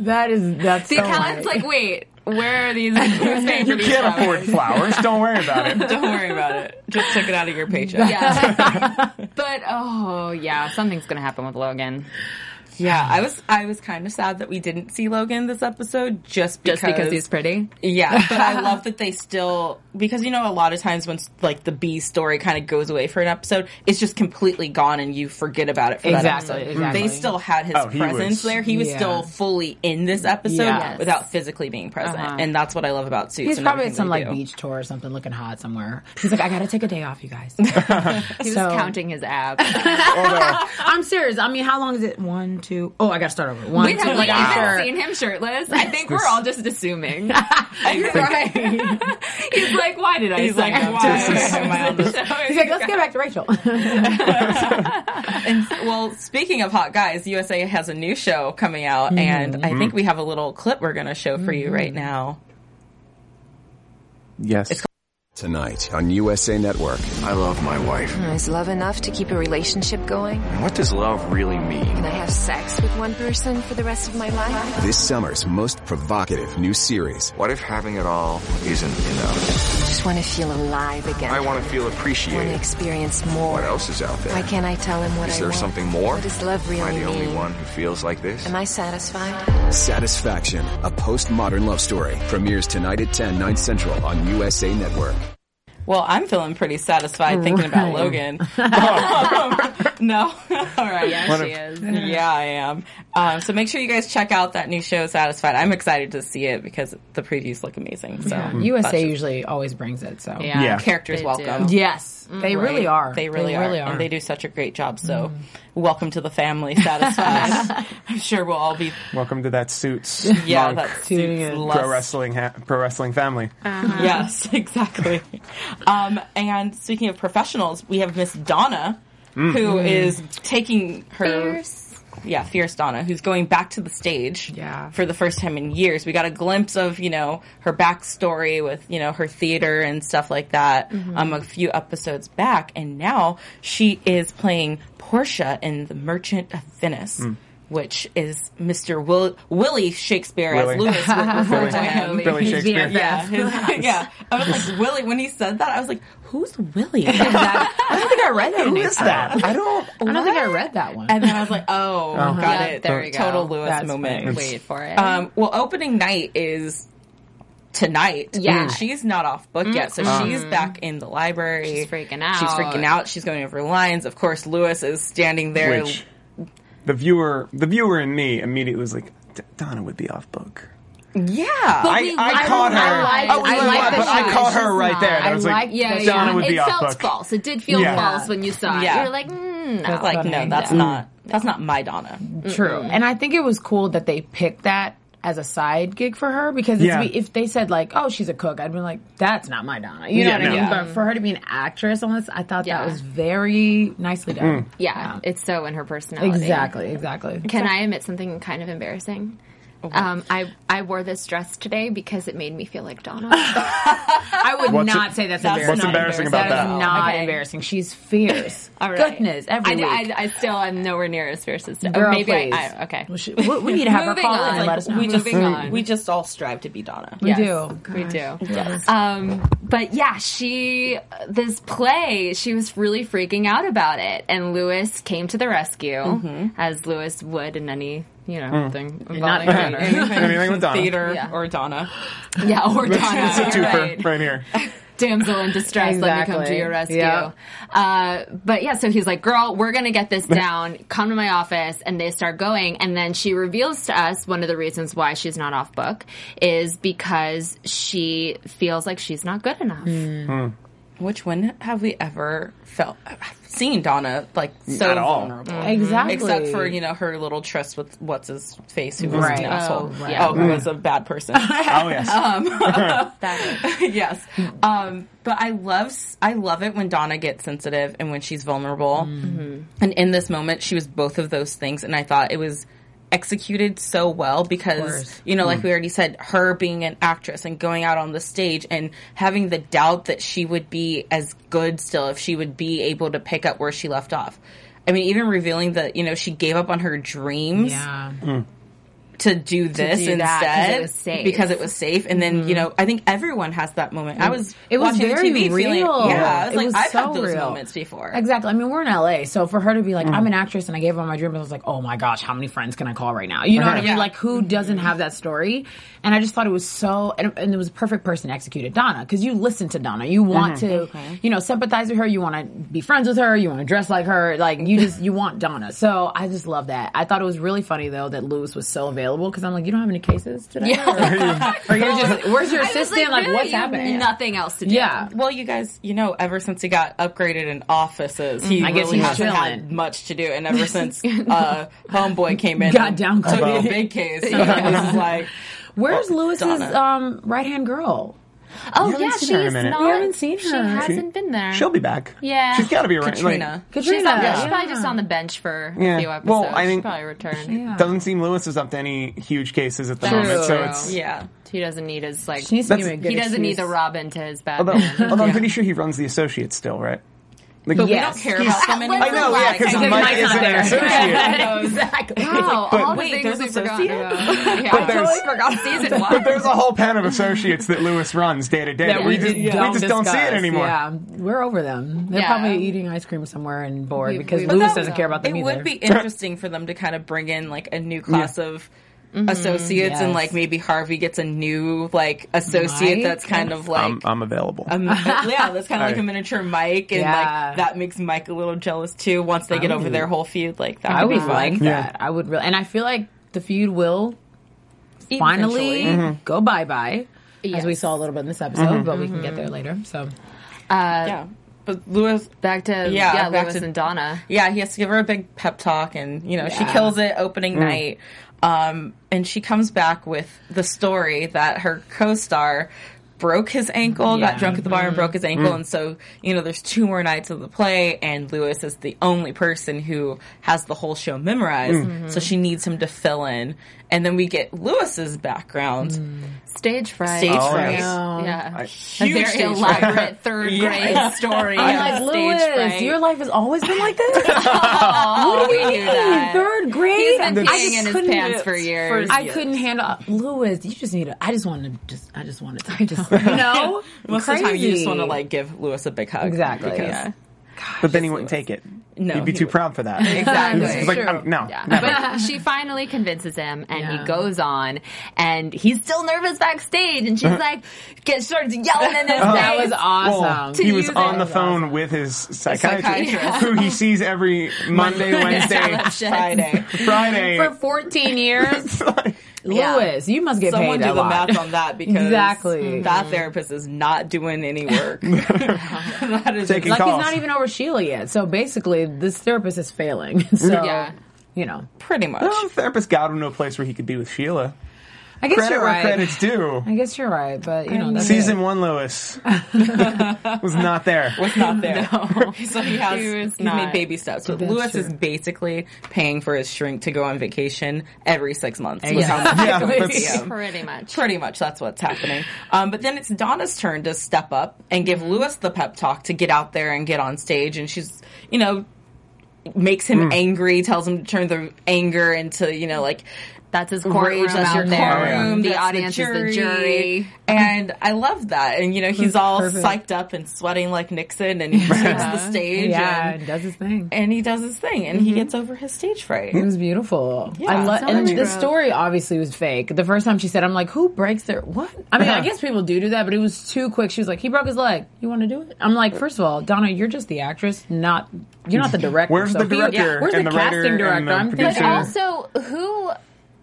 S6: that is that's
S5: The
S6: so
S5: accountant's
S6: right.
S5: like, wait, where are these? Who's paying
S4: <laughs>
S5: for
S4: You
S5: these
S4: can't
S5: flowers?
S4: afford flowers. Don't worry about <laughs> it.
S3: Don't worry about it. Just took it out of your paycheck.
S5: Yeah. <laughs> but oh yeah, something's gonna happen with Logan.
S3: Yeah, I was I was kind of sad that we didn't see Logan this episode just because,
S5: Just because he's pretty.
S3: <laughs> yeah. But I love that they still because you know a lot of times when like the B story kind of goes away for an episode, it's just completely gone and you forget about it for
S6: Exactly,
S3: that episode.
S6: exactly.
S3: They still had his
S4: Oh, he
S3: presence
S4: was-
S3: there. He was
S6: Yeah.
S3: still fully in this episode
S6: Yes.
S3: without physically being present, and that's what I love about Suits.
S6: He's
S3: and
S6: probably
S3: everything
S6: at some
S3: they
S6: like
S3: do. <laughs>
S6: beach tour or something, looking hot somewhere. He's like, I gotta take a day off,
S3: <laughs>
S6: you guys.
S5: He was
S6: So-
S5: counting his <laughs> abs.
S6: I'm serious. I mean, how long is it? One, two. Oh, I gotta start over. One,
S5: We
S6: two.
S5: have like
S6: <laughs> I'm
S5: even
S6: sure.
S5: seen him shirtless. I think we're all just assuming. You're right. He's like, why did I?
S3: He's like,
S5: sign up
S3: why
S5: to
S3: <laughs> am I on this?
S6: He's like,
S5: <laughs>
S6: let's get back to Rachel. <laughs>
S3: And well, speaking of hot guys, USA has a new show coming
S5: Mm-hmm.
S3: out, and I think we have a little clip we're going to show for you right now.
S4: Yes.
S7: Tonight on USA Network.
S8: I love my wife.
S9: Is love enough to keep a relationship going?
S8: What does love really mean?
S9: Can I have sex with one person for the rest of my life?
S7: This summer's most provocative new series.
S8: What if having it all isn't enough?
S9: I just want to feel alive again.
S8: I want to feel
S9: want to
S8: appreciated.
S9: experience more.
S8: What else is out there?
S9: Why can't I tell him what
S8: Is
S9: I
S8: there
S9: want?
S8: something more?
S9: What does love really
S8: Am I the only
S9: mean?
S8: one who feels like this?
S9: Am I satisfied?
S7: Satisfaction, a postmodern love story. Premieres tonight at 10, 9 central on USA Network.
S5: <laughs>
S3: Well, I'm feeling pretty satisfied thinking about Logan.
S6: Right.
S3: <laughs> No. <laughs> All right.
S5: Yeah, she is.
S3: Yeah, I am. Um, so make sure you guys check out that new show, Satisfied. I'm excited to see it because the previews look amazing. So
S6: USA usually always brings it. So
S5: Yeah.
S4: Yeah.
S3: characters
S5: They
S3: welcome.
S5: do.
S6: yes, they really are.
S3: Mm, They really, are. And they do such a great job. So
S5: Mm-hmm.
S3: welcome to the family,
S5: <laughs>
S3: Satisfied. I'm sure we'll all be
S4: Welcome to that <laughs> suits.
S3: yeah,
S4: monk,
S3: that
S6: Tuning
S3: suits
S6: in.
S3: lust.
S4: pro wrestling ha- pro wrestling family.
S3: <laughs> Yes, exactly. um, and speaking of professionals, we have Miss Donna,
S4: Mm.
S3: who is taking her yeah, Fierce Donna, who's going back to the stage
S6: Yeah.
S3: for the first time in years. We got a glimpse of, you know, her backstory with, you know, her theater and stuff like that um, a few episodes back. And now she is playing Portia in The Merchant of Venice.
S4: Mm.
S3: Which is Mr. Will- Willie Shakespeare
S4: Willie.
S3: as Lewis
S4: <laughs>
S3: would refer to him.
S4: Billy, Billy Shakespeare.
S3: Yeah, his- <laughs> yeah. I was like Willie when he said that. I was like, "Who's <laughs> Willie?" I don't think I read that. Who is
S4: that? I don't.
S6: I don't think I read that one.
S3: And then I was like, "Oh, got
S5: Yeah,
S3: it."
S5: there we go.
S3: Total Lewis
S6: That's
S3: moment.
S6: funny.
S5: Wait for it.
S3: Um, well, opening night is tonight.
S5: Yeah.
S3: And she's not off book yet, so she's back in the library.
S5: She's freaking
S3: She's
S5: out.
S3: freaking out. She's going over lines. Of course, Lewis is standing there.
S4: Which the viewer, the viewer in me immediately was like, "D- Donna would be off book.
S3: yeah.
S4: I,
S5: we-
S4: I
S5: I
S4: caught her.
S5: don't- I like-
S4: oh, we
S5: I
S4: love
S5: like
S4: her,
S5: the
S4: but
S5: shot.
S4: I caught her
S6: She's
S4: right
S6: not-
S4: there. And
S6: I
S4: I was like,
S6: like the
S5: yeah,
S6: shot.
S4: Donna would
S5: it
S4: be off
S5: felt
S4: book.
S5: false. It did feel
S4: Yeah.
S5: false when you saw
S3: Yeah.
S5: it. You're like, mm, no.
S6: That's
S3: Like,
S6: funny.
S3: no, that's not. That's not my Donna. Mm-hmm.
S6: True. And I think it was cool that they picked that as a side gig for her because it's,
S4: Yeah.
S6: if they said like, "Oh, she's a cook," I'd be like, "That's not my Donna." You know
S4: Yeah,
S6: what I mean?
S4: no. Mm-hmm.
S6: But for her to be an actress on this, I thought
S5: Yeah.
S6: that was very nicely
S4: Mm.
S6: done.
S5: Yeah, it's so in her personality.
S6: Exactly. Exactly.
S5: Can I admit something kind of embarrassing?
S6: Oh,
S5: Um, I I wore this dress today because it made me feel like Donna.
S6: Oh, I would
S4: What's
S6: not
S4: it-
S6: say that's,
S3: That's
S6: embarrassing.
S4: what's embarrassing about
S6: That
S4: that?
S6: is not
S3: Okay.
S6: embarrassing. She's fierce.
S5: <laughs> All right.
S6: Goodness, every
S5: I,
S6: week.
S5: I, I still am nowhere near as fierce as
S6: Girl,
S5: maybe
S6: please.
S5: I, I okay.
S6: We, should- we- we need to have her
S5: Moving
S6: call
S5: on.
S6: in and let us know.
S3: We just
S5: Moving on.
S3: we just all strive to be Donna.
S6: We
S5: Yes,
S6: do. Oh,
S5: We
S6: Gosh.
S5: do. Um, but yeah, she, this play, she was really freaking out about it. And Lewis came to the rescue, as Lewis would in any, you know,
S4: Mm.
S5: thing.
S6: Mm-hmm. Not
S5: involving
S6: any- <laughs>
S5: theater.
S4: Anything with Donna.
S3: Theater
S5: Yeah.
S3: or Donna.
S5: yeah, or Donna.
S4: it's a twofer
S5: right.
S4: right, here.
S5: Damsel in distress, let me come to
S6: Exactly.
S5: your rescue.
S6: Yeah.
S5: Uh, but yeah, so he's like, girl, we're going to get this down. Come to my office. And they start going. And then she reveals to us one of the reasons why she's not off book is because she feels like she's not good enough.
S3: Which when have we ever felt seen Donna like so
S4: At all.
S3: vulnerable?
S6: Exactly.
S3: Except for you know her little tryst with what's his face, who was
S6: Right.
S3: an asshole,
S5: Oh, yeah.
S3: oh, who was a bad
S6: <laughs>
S3: person.
S4: Oh <laughs>
S3: <laughs>
S4: yes. <laughs>
S3: yes, um, but I love I love it when Donna gets sensitive and when she's vulnerable.
S6: Mm-hmm.
S3: And in this moment, she was both of those things, and I thought it was executed so well because
S6: course.
S3: you know, like we already said, her being an actress and going out on the stage and having the doubt that she would be as good still if she would be able to pick up where she left off. I mean, even revealing that you know she gave up on her dreams
S6: Yeah.
S3: to do this
S5: do that 'cause
S3: instead
S5: it was safe.
S3: because it was safe. And then you know, I think everyone has that moment. I was
S6: Mm-hmm. It was
S3: watching
S6: very
S3: TV
S6: real.
S3: Feeling, yeah, I was
S6: It
S3: like,
S6: was
S3: I've
S6: so
S3: had those
S6: real.
S3: moments before.
S6: Exactly. I mean, we're in LA, so for her to be like, I'm an actress and I gave up my dreams, I was like, oh my gosh, how many friends can I call right now? You know what I mean?
S3: Yeah.
S6: Like, who doesn't have that story? And I just thought it was so, and, and it was a perfect person to execute it, Donna, because you listen to Donna. You want to, you know, sympathize with her. You want to be friends with her. You want to dress like her. Like, you just, you want Donna. So I just love that. I thought it was really funny, though, that Lewis was so available because I'm like, you don't have any cases today? <laughs> Or, or you're just, where's your
S5: I was
S6: assistant? Like,
S5: really,
S6: what's
S5: you have
S6: happening?
S5: Nothing else to do.
S6: Yeah.
S3: Well, you guys, you know, ever since he got upgraded in offices, he
S6: Mm-hmm. I guess
S3: really
S6: he's
S3: hasn't had
S6: chilling.
S3: much to do. And
S6: <laughs>
S3: ever since uh, Homeboy came in,
S6: Got
S3: and
S6: downgraded.
S3: took the big
S6: <laughs>
S3: case. You know, it was like,
S6: Where's Lewis's
S3: Donna.
S6: um, right hand girl?
S5: Oh
S4: haven't
S5: yeah,
S4: seen
S5: she's
S4: her in a minute.
S5: not.
S4: We
S6: haven't seen
S5: She
S6: her.
S5: hasn't been there.
S4: She'll be back.
S5: Yeah.
S4: She's got to be around.
S3: Katrina.
S5: She's, on,
S6: Katrina,
S5: she's probably
S6: yeah.
S5: just on the bench for
S4: Yeah.
S5: a few episodes.
S4: Well, I
S5: She'll
S4: think-
S5: probably return.
S4: Like, doesn't seem Lewis is up to any huge cases at the moment. So
S6: True.
S4: it's
S3: yeah.
S5: He doesn't need his like.
S6: She needs to give me a
S4: That's-
S6: good
S5: he doesn't need
S6: excuse.
S5: the Robin to his back.
S4: although, although I'm pretty sure he runs the associates still, right? Like,
S3: But
S6: Yes.
S3: we don't care about them anymore.
S4: I know, yeah,
S3: Like,
S4: because
S3: I
S6: Mike
S3: think
S4: Mike
S6: Mike's
S4: is
S6: not
S4: an
S6: there.
S4: associate.
S6: exactly.
S5: <laughs> Wow, Oh, all
S3: wait,
S5: the
S3: there's
S5: things we forgot
S3: associate?
S5: about. Yeah. I
S4: there's-
S5: totally forgot
S6: <laughs>
S5: season one.
S4: But there's a whole pan of associates that Lewis runs day to day.
S6: That
S4: We just, we
S6: don't
S4: just don't see
S6: discuss.
S4: it anymore.
S6: Yeah, we're over them. They're
S5: Yeah.
S6: probably eating ice cream somewhere and bored
S5: We-
S6: because
S5: we-
S6: Lewis
S5: But that-
S6: doesn't care about them
S3: it
S6: either.
S3: would be interesting for them to kind of bring in like a new class of associates, and
S6: yes.
S3: like maybe Harvey gets a new like associate
S6: Mike?
S3: that's kind of like
S4: I'm, <laughs> I'm available.
S3: a mi- yeah, that's kind of like a
S4: Right.
S3: miniature Mike, and
S6: Yeah.
S3: like that makes Mike a little jealous too. Once they get over their whole feud, like that
S6: I
S3: would be
S6: would
S3: fun.
S6: like that. I would really, and I feel like the feud will <laughs> finally
S3: Eventually.
S4: Mm-hmm.
S6: go bye bye, as we
S5: Yes.
S6: saw a little bit in this episode, but we can get there later. So
S3: yeah. But Lewis,
S5: Back to
S3: Yeah,
S5: yeah,
S3: back
S5: Lewis
S3: to-
S5: and Donna.
S3: yeah, he has to give her a big pep talk, and you know she
S6: Yeah. Mm.
S3: kills it opening night. Um, and she comes back with the story that her co-star broke his ankle,
S6: Yeah. Mm.
S3: got drunk at the bar and broke his ankle, and so you know there's two more nights of the play, and Lewis is the only person who has the whole show memorized,
S6: Mm.
S3: so she needs him to fill in, and then we get Lewis's background,
S6: Mm.
S5: Stage fright.
S3: stage
S4: Oh,
S3: fright.
S4: yes.
S5: Yeah.
S4: I-
S5: a very
S3: stage
S5: elaborate third
S6: <laughs>
S5: grade story.
S3: I'm
S5: of
S3: like, <laughs>
S5: stage
S6: Lewis,
S5: fright.
S6: your life has always been like this.
S5: what do we do that?
S6: Third grade.
S5: He's been
S6: I
S5: peeing
S6: just
S5: in his
S6: couldn't-
S5: pants for years.
S6: I couldn't handle Lewis. You just need. A, I just wanted to. Just. I just wanted to. Just. <laughs> You know.
S3: <laughs> Most of the time, you just want to
S6: Crazy.
S3: like give Lewis a big hug.
S6: Exactly.
S3: Because- yeah.
S4: but then he wouldn't take it.
S3: No,
S4: He'd be
S3: he
S4: too
S3: wouldn't.
S4: proud for that.
S3: Exactly.
S4: He's like,
S6: True.
S4: I'm- no.
S5: Yeah.
S4: never.
S5: But she finally convinces him and
S6: Yeah.
S5: he goes on and he's still nervys backstage and she's like get starts yelling in his face.
S6: Oh, That
S5: <laughs>
S6: was awesome.
S4: <laughs> he was
S5: use
S4: on
S5: it.
S4: the phone with his psychiatrist,
S3: Psychiatrist.
S4: who he sees every Monday,
S5: <laughs>
S4: Wednesday,
S3: Friday.
S4: Friday.
S6: for 14 years. Lewis, you must get
S3: Someone
S6: paid
S3: do
S6: a
S3: the
S6: lot.
S3: math on that because
S6: Exactly.
S3: that therapist is not doing any work. <laughs> that is
S4: Taking
S6: like
S4: calls.
S6: he's not even over Sheila yet. So basically, this therapist is failing. <laughs> So
S5: Yeah.
S6: you know,
S3: pretty much.
S4: Oh, therapist got him to a place where he could be with Sheila.
S6: I guess
S4: Credit
S6: you're
S4: where
S6: right.
S4: credit's due.
S6: I guess you're right, but you know, that's
S4: Season
S6: it.
S4: one, Lewis was not there.
S3: Was not <laughs> there. so he has
S5: He
S3: he
S5: was
S3: made
S5: not.
S3: baby steps. But
S6: That's
S3: Lewis
S6: true.
S3: is basically paying for his shrink to go on vacation every six months. <laughs>
S6: Yeah.
S4: Yeah,
S3: Exactly.
S4: that's-
S5: Pretty much.
S3: Pretty much, that's what's happening. Um, but then it's Donna's turn to step up and give Lewis the pep talk to get out there and get on stage. And she's, you know, makes him angry, tells him to turn the anger into, you know, like
S5: That's his courtroom
S3: rage, that's
S5: out
S3: your
S5: there.
S3: courtroom,
S5: The
S3: that's
S5: audience is the jury.
S3: <laughs> And I love that. And, you know, he's all
S6: Perfect.
S3: psyched up and sweating like Nixon and he takes the stage.
S6: yeah,
S3: And,
S6: it does his thing.
S3: and he does his thing and he gets over his stage fright.
S6: <laughs> It was beautiful.
S3: Yeah,
S6: I love
S3: so
S6: and
S5: many
S6: the
S5: growth.
S6: story obviously was fake. The first time she said, "I'm like, who breaks their what?" I mean, I
S3: Uh-huh.
S6: guess people do do that, but it was too quick. She was like, "He broke his leg. You want to do it?" I'm like, first of all, Donna, you're just the actress, not you're not the director.
S4: Where's
S6: so
S4: the
S6: who-
S4: director
S6: Where's
S4: and
S6: the
S4: the writer
S6: casting
S4: and
S6: director?
S4: the
S6: I'm
S5: But
S4: producer?
S6: thinking,
S5: also who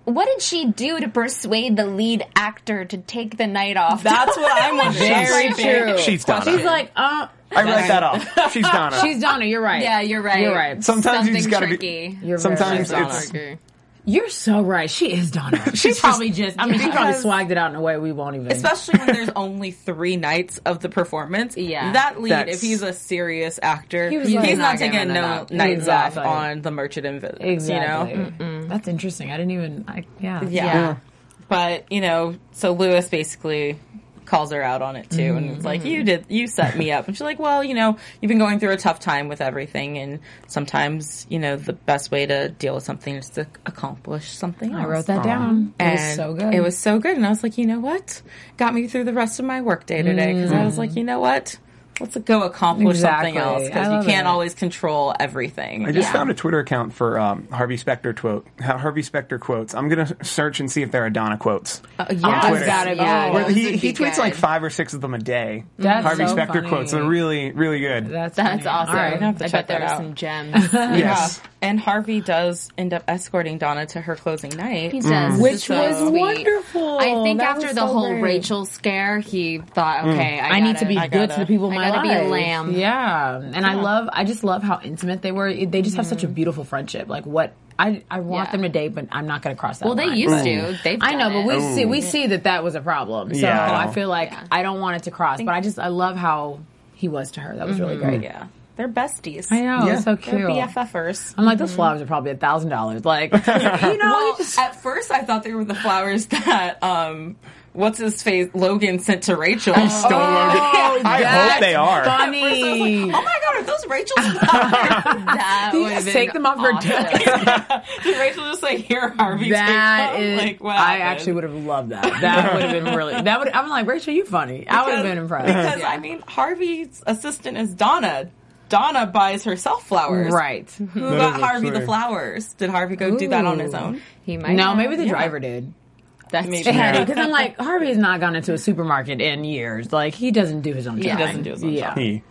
S5: what did she do to persuade the lead actor to take the night off? <laughs>
S3: That's what I'm wondering.
S6: very true.
S4: She's Donna.
S6: She's like, uh,
S4: I write that off. She's Donna.
S6: she's Donna. You're right.
S5: Yeah, you're right.
S6: You're right.
S4: sometimes you
S5: Something
S4: just gotta
S5: tricky.
S4: be.
S6: You're very
S4: sometimes
S6: right.
S4: it's
S6: You're so right. She is
S4: <laughs>
S6: Donna. She probably just, I mean, she probably swagged it out in a way we won't even.
S3: especially when there's only three nights of the performance.
S5: Yeah.
S3: that lead,
S4: That's-
S3: if he's a serious actor,
S6: He was
S3: he's
S6: like-
S3: not
S5: He's not
S3: taking
S5: giving it
S3: no
S5: up.
S3: nights
S6: Exactly.
S3: off on the Merchant Invisible.
S6: exactly.
S3: You know,
S6: That's interesting. I didn't even. I, yeah.
S3: yeah. But you know, so Lewis basically calls her out on it too, and it's like
S6: Mm-hmm.
S3: you did, you set me up, and she's like, well, you know, you've been going through a tough time with everything, and sometimes you know the best way to deal with something is to accomplish something.
S6: I
S3: else."
S6: wrote that down. It was
S3: And
S6: so good.
S3: It was so good. And I was like, you know what? Got me through the rest of my workday today because I was like, you know what? Let's go accomplish
S6: Mm-hmm. Exactly.
S3: something else
S6: I
S3: because
S6: love
S3: you can't
S6: it.
S3: always control everything.
S4: I just found a Twitter account for um, Harvey Specter quote. How Harvey Specter quotes. I'm gonna search and see if there are Donna quotes.
S5: Uh,
S3: yeah,
S4: Twitter.
S6: gotta be.
S5: Yeah,
S6: Oh,
S4: Where
S5: those
S4: he,
S5: would
S4: he
S5: be
S4: tweets like
S5: good.
S4: five or six of them a day.
S6: That's
S4: Harvey
S6: so
S4: Specter
S6: funny.
S4: quotes are really, really good.
S6: That's
S5: That's
S6: funny.
S5: awesome.
S6: All right.
S3: I'll have to
S5: I
S3: check
S5: bet there
S3: that
S5: are
S3: out.
S5: some gems.
S4: yes.
S3: And Harvey does end up escorting Donna to her closing night.
S5: He does,
S6: Which
S5: so
S6: was
S5: sweet.
S6: wonderful.
S5: I think
S6: That
S5: after
S6: was
S5: the
S6: so
S5: whole
S6: great.
S5: Rachel scare, he thought, okay, I,
S6: I need
S5: gotta-
S6: to be
S3: I
S6: good to
S3: gotta-
S6: the people in my
S5: I gotta
S6: life.
S5: be a lamb.
S6: Yeah, Mm. and I love. I just love how intimate they were. They just have such a beautiful friendship. Like what I, I want
S5: Yeah.
S6: them to date, but I'm not going to cross that.
S5: Well, they
S6: line.
S5: used to. They've
S6: I know,
S5: done
S6: but we
S5: it.
S6: see we see that that was a problem. So
S4: Yeah, I know.
S6: I, feel like I don't want it to cross, but I just I love how he was to her. That was really great.
S3: Yeah. They're besties.
S6: Mm-hmm. I know,
S4: Yeah.
S6: it's so
S3: They're
S6: cute.
S3: BFFers.
S6: I'm like those flowers are probably a thousand dollars. <laughs>
S4: <laughs>
S6: Like you know, you
S3: Well,
S6: just-
S3: at first I thought they were the flowers that, um, what's his face, Logan sent to Rachel.
S4: Stone Logan. I <laughs> hope they are.
S6: funny.
S3: oh my god, are those
S6: <laughs>
S3: Rachel's flowers?
S5: That
S6: you
S5: would've
S6: just
S5: been
S6: take them off her
S5: awesome.
S6: desk?
S3: Did Rachel just say, here, Harvey,
S6: That
S3: take them?
S6: is,
S3: like, wow.
S6: I actually would have loved that. <laughs> That would have been really. That would. I'm like Rachel, you funny. I would
S3: Because-
S6: have been impressed.
S3: Because I mean, Harvey's assistant is Donna. Donna buys herself flowers.
S6: Right.
S3: Who
S4: That
S3: got
S4: is
S3: Harvey the
S4: absurd.
S3: flowers? Did Harvey go do that on his own?
S5: He might.
S6: No,
S5: have-
S6: maybe the
S5: yeah.
S6: driver did.
S5: That's
S3: Maybe.
S6: It had
S4: Yeah.
S6: because I'm like Harvey's not gone into a supermarket in years. Like he doesn't do his own.
S3: He
S6: job.
S3: doesn't do his own
S6: Yeah.
S4: He,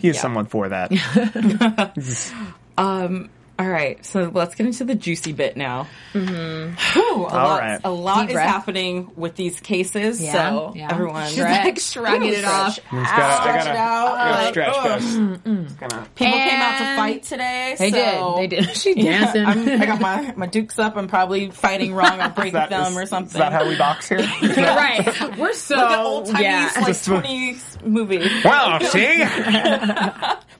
S4: he is somewhat
S3: <laughs>
S4: for that.
S3: All right, so let's get into the juicy bit now. Mm-hmm. a lot,
S4: right.
S3: a lot
S5: Deep
S3: is
S5: breath.
S3: happening with these cases,
S5: Yeah,
S3: so
S5: yeah.
S3: everyone
S5: She's like shrugging it off.
S4: It's gotta- I
S3: Stretch
S4: gotta,
S3: it out.
S4: I gotta
S3: Like,
S4: stretch
S3: ugh.
S4: guys. It's gonna-
S3: People came out to
S5: And <laughs>
S3: fight today.
S6: They
S3: so
S6: did. They did. She
S3: Yeah,
S6: dancing.
S3: I'm, I got my, my dukes up. I'm probably fighting wrong or breaking
S4: That
S3: them
S4: <laughs> is-
S3: or
S4: Is
S3: something.
S4: that how we
S3: <laughs>
S4: box here?
S6: right. We're so
S3: like an old <laughs> timey
S6: yeah.
S3: like
S4: Just-
S3: 20s movie.
S4: well, see?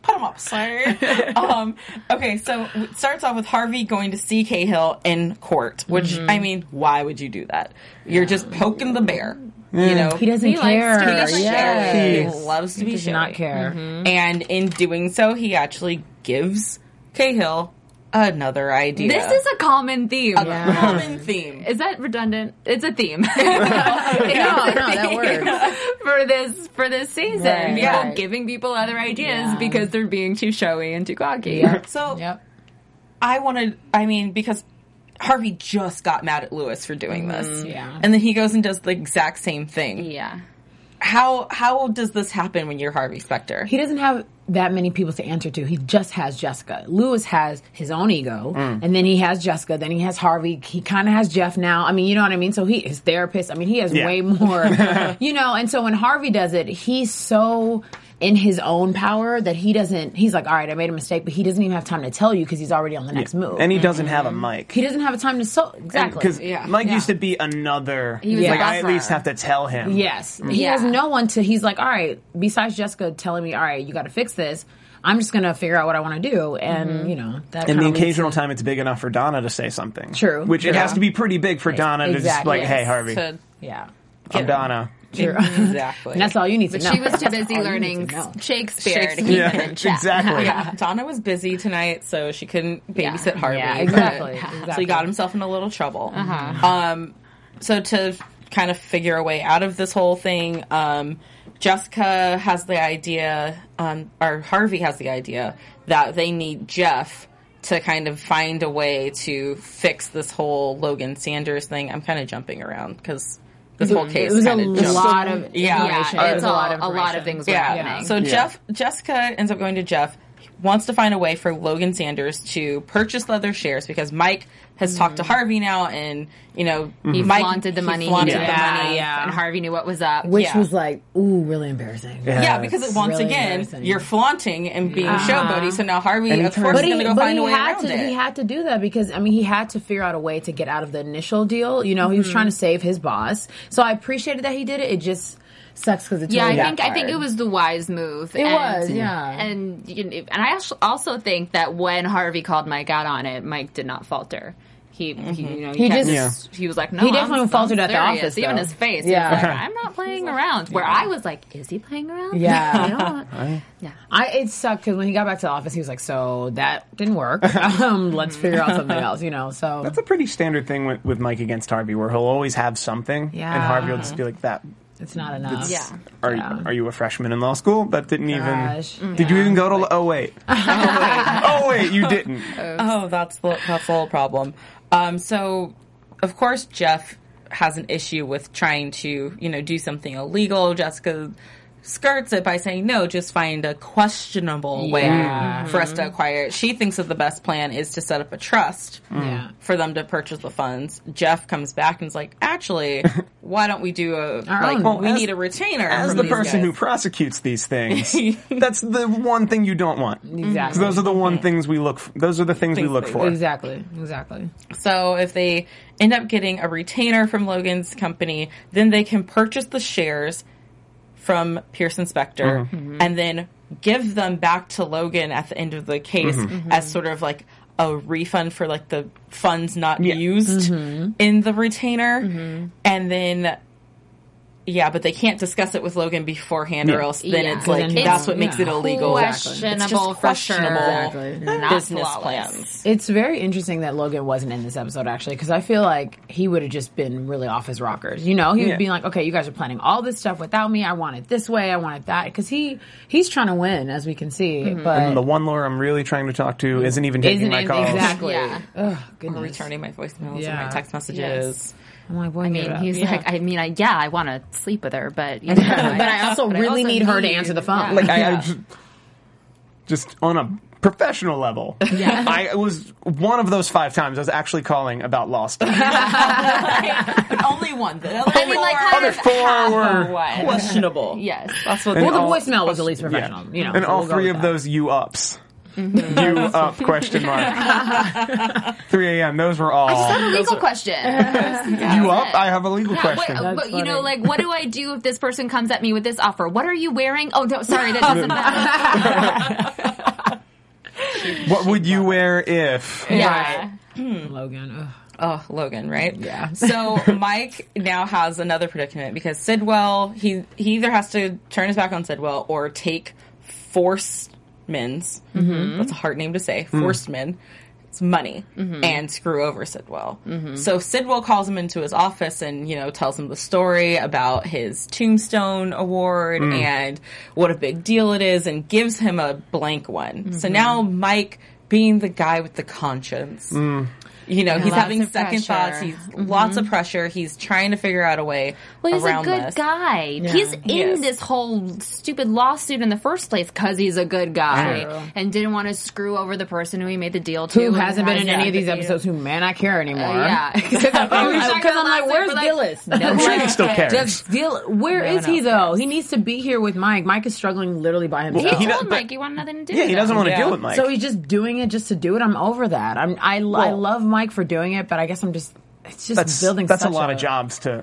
S3: Put 'em up, sir. <laughs> um, okay, so it starts off with Harvey going to see Cahill in court, which I mean, why would you do that? You're just poking the bear. You know,
S6: He doesn't
S5: He likes
S6: care.
S5: to be
S3: He doesn't
S5: showy.
S6: Yes.
S3: care. He loves to
S6: He
S3: be
S6: does not
S3: showy.
S6: care.
S3: And in doing so, he actually gives Cahill another idea.
S5: This is a common theme.
S3: common theme.
S5: Is that redundant? It's
S6: <laughs>
S5: a theme. <laughs> It is a
S6: no, that
S5: theme
S6: works.
S5: <laughs> for this for this season.
S6: Right.
S5: People
S3: Yeah.
S5: giving people other ideas
S6: Yeah.
S5: because they're being too showy and too cocky.
S3: So
S6: Yep.
S3: I wanted, I mean, because Harvey just got mad at Lewis for doing this.
S6: yeah.
S3: And then he goes and does the exact same thing.
S5: Yeah.
S3: How how does this happen when you're Harvey Specter?
S6: He doesn't have that many people to answer to. He just has Jessica. Lewis has his own ego, and then he has Jessica. Then he has Harvey. He kind of has Jeff now. I mean, you know what I mean. So he his therapist. I mean, he has
S4: Yeah.
S6: way more, <laughs> you know. And so when Harvey does it, he's so in his own power that he doesn't. He's like, all right, I made a mistake, but he doesn't even have time to tell you because he's already on the next move.
S4: And he doesn't have a mic.
S6: he doesn't have a time to so exactly.
S4: Because
S5: yeah.
S4: Mike
S5: Yeah.
S4: used to be another.
S5: was
S4: like,
S5: a
S4: I at
S5: buffer.
S4: least have to tell him.
S6: Yes. He
S5: Yeah.
S6: has no one to, he's like, all right, besides Jessica telling me, all right, you got to fix this, I'm just going to figure out what I want to do. And, you know, that
S4: And
S6: kinda
S4: the
S6: leads
S4: occasional
S6: to-
S4: time it's big enough for Donna to say something.
S6: True.
S4: Which it
S6: Yeah.
S4: has to be pretty big for Donna to just,
S6: Exactly.
S4: like, hey,
S6: Yes.
S4: Harvey,
S3: To-
S6: Yeah.
S4: I'm Donna.
S3: Exactly.
S6: And <laughs> that's all you need to
S5: But
S6: know.
S5: she was too
S6: <laughs> That's
S5: busy
S6: all Oh, you need
S5: learning
S6: to know.
S5: Shakespeare, to keep
S3: Shakespeare.
S5: it in check.
S4: <laughs> Exactly.
S3: yeah, <laughs> Donna was busy tonight, so she couldn't babysit
S5: Yeah.
S3: Harvey.
S6: Yeah,
S3: but- <laughs>
S6: exactly.
S3: So he
S6: exactly. Uh-huh.
S3: got himself in a little trouble. Um, so to kind of figure a way out of this whole thing, um, Jessica has the idea, um, or Harvey has the idea that they need Jeff to kind of find a way to fix this whole Logan Sanders thing. I'm kind of jumping around because this whole case
S6: It was a
S3: kind of jumped.
S6: lot of
S3: Yeah.
S5: Yeah,
S6: information. It
S5: it's
S6: was
S5: all,
S6: a lot of,
S5: things were
S3: Yeah.
S5: happening.
S3: So Jeff, Jessica ends up going to Jeff. He Wants to find a way for Logan Sanders to purchase leather shares because Mike has talked to Harvey now, and you know
S5: he
S3: Mike
S5: flaunted the
S3: he
S5: money.
S3: flaunted
S5: yeah.
S3: the money.
S6: yeah.
S5: And Harvey knew what was up.
S6: Which
S3: Yeah.
S6: was like, ooh, really embarrassing.
S3: Yeah, because it, once
S6: really
S3: again,
S6: embarrassing.
S3: you're flaunting and being showboaty. So now Harvey, of
S4: Anytime-
S3: course,
S4: But
S3: is going to go
S6: but
S3: find a way
S6: had
S3: around
S6: to,
S3: it.
S6: He had to do that because I mean he had to figure out a way to get out of the initial deal. You know, he was trying
S5: Mm-hmm.
S6: to save his boss. So I appreciated that he did it. It just sucks because it's
S5: Yeah,
S6: really
S5: I think I
S6: backfired.
S5: think it was the wise move.
S6: It was, yeah.
S5: and you know, and I als- also think that when Harvey called Mike out on it, Mike did not falter. He,
S3: Mm-hmm.
S5: he you know, he,
S6: He
S5: kept-
S6: just-
S5: he was like, no,
S6: He
S5: I'm-
S6: definitely
S5: I'm
S6: faltered at the
S5: serious.
S6: office,
S5: Even
S6: though.
S5: his face,
S6: Yeah.
S5: yeah, I'm not playing around. Where I was like, is he playing around?
S6: Yeah.
S5: <laughs>
S6: <laughs>
S5: I don't- yeah.
S6: I it sucked because when he got back to the office, he was like, "So that didn't work. um, let's figure out something else." You know, so
S4: That's a pretty standard thing with, with Mike against Harvey, where he'll always have something, and
S6: Yeah.
S4: Harvey will just be like, "That
S6: it's not enough.
S5: Yeah.
S4: are
S6: Yeah.
S4: you, are you a freshman in law school? That didn't
S6: Gosh.
S4: even. Did you even go to? law- Oh wait, <laughs> oh wait, you didn't.
S3: Oh, that's the that's the whole problem. Um, so, of course, Jeff has an issue with trying to you know do something illegal. Jessica skirts it by saying no, just find a questionable way for us to acquire it. She thinks that the best plan is to set up a trust
S6: Yeah.
S3: for them to purchase the funds. Jeff comes back and is like, actually, why don't we do a like
S6: own.
S3: we
S4: As-
S3: need a retainer
S4: As
S3: from
S4: the
S3: these
S4: person
S3: guys.
S4: who prosecutes these things, that's the one thing you don't want. Because
S6: Exactly.
S4: those are the one things we look. f those are the things we
S3: Things
S4: look
S3: we-
S4: for.
S6: Exactly. Exactly.
S3: So if they end up getting a retainer from Logan's company, then they can purchase the shares from Pearson Spector
S5: Mm-hmm.
S3: and then give them back to Logan at the end of the case as sort of like a refund for like the
S5: Mm-hmm.
S3: funds not used in the retainer and then yeah, but they can't discuss it with Logan beforehand, or else then
S5: Yeah.
S3: it's like
S6: Then
S3: that's
S6: it's-
S3: what makes
S6: yeah.
S3: it illegal.
S5: Questionable
S3: It's just
S5: for
S3: questionable
S5: sure.
S6: Exactly.
S5: Not
S3: business
S5: flawless.
S3: plans.
S6: It's very interesting that Logan wasn't in this episode actually, because I feel like he would have just been really off his rockers. You know, he would
S4: Yeah.
S6: be like, "Okay, you guys are planning all this stuff without me. I want it this way. I want it that." Because he he's trying to win, as we can see,
S5: Mm-hmm.
S6: but
S4: And the one lawyer I'm really trying to talk to isn't even taking
S6: isn't
S4: my
S6: it
S4: calls. <laughs>
S6: exactly?
S5: Yeah.
S6: Ugh, goodness.
S3: Returning my voicemails and
S6: Yeah.
S3: my text messages.
S6: I'm like, boy,
S5: I
S6: you're
S5: mean,
S6: up. <laughs>
S5: he's
S6: Yeah.
S5: like, I mean, I yeah, I want to sleep with her,
S6: <laughs>
S5: but you know,
S6: but I also
S5: <laughs> but I
S6: really
S5: also
S6: need her to
S5: need-
S6: answer the phone.
S5: yeah.
S4: Like I, I just, just on a professional level. Yeah. I was one of those five times I was actually calling about
S3: <laughs>
S4: lost.
S3: but only one. The
S5: I mean, like,
S3: other
S5: other
S4: Other four were
S5: what?
S3: questionable.
S5: Yes,
S3: That's what.
S6: well, the
S3: all-
S6: voicemail was at least
S4: yeah.
S6: professional. You know,
S4: and
S6: so
S4: all
S6: we'll go
S4: three
S6: with
S4: of
S6: that.
S4: those you ups. You up question mark. 3 a.m. Those were all.
S5: I just have a legal question. <laughs>
S4: you up? I have a legal
S5: Yeah,
S4: question.
S5: What,
S6: That's
S5: but, you know,
S6: funny.
S5: like, what do I do if this person comes at me with this offer? What are you wearing? Oh, no, sorry, that <laughs> doesn't matter.
S4: what would you wear if?
S5: Yeah.
S6: Logan. Ugh.
S3: Oh, Logan, right? Yeah. <laughs> so Mike now has another predicament because Sidwell, he he either has to turn his back on Sidwell or take forced men's.
S5: Mm-hmm.
S3: That's a hard name to say.
S5: Mm.
S3: Forced men. It's money
S5: Mm-hmm.
S3: and screw over Sidwell. So Sidwell calls him into his office and you know tells him the story about his tombstone award
S5: Mm.
S3: and what a big deal it is and gives him a blank one. So
S5: Mm-hmm.
S3: now Mike, being the guy with the conscience, you know, he's
S5: Mm. Lots
S3: having
S5: of
S3: second
S5: pressure. Mm-hmm.
S3: thoughts. He's lots of pressure. He's trying to figure out a way
S5: Well, he's a
S3: around
S5: good
S3: this.
S5: guy. He's in
S3: Yes.
S5: this whole stupid lawsuit in the first place because he's a good guy
S6: True.
S5: and didn't want to screw over the person who he made the deal to.
S6: Who
S5: and
S6: hasn't been in
S5: has
S6: any of these
S5: that-
S6: episodes? Who man, I care anymore.
S5: Uh, <laughs> yeah, because
S6: Because <laughs> I'm like, where's
S5: <laughs>
S6: Gillis? No,
S4: sure he still cares.
S6: Just Gill- Where is he though? He needs to be here with Mike. Mike is struggling literally by himself.
S4: He
S5: He told
S4: does-
S5: Mike
S4: but-
S5: he wanted nothing to do.
S4: Yeah, he
S5: with
S4: doesn't
S5: him.
S4: want to
S3: Yeah.
S4: deal with Mike.
S6: so he's just doing it just to do it. I'm over that. I'm I, lo- I
S4: Well-
S6: love Mike for doing it, but I guess I'm just it's just
S4: that's
S6: building.
S4: that's a
S6: such
S4: lot of jobs to.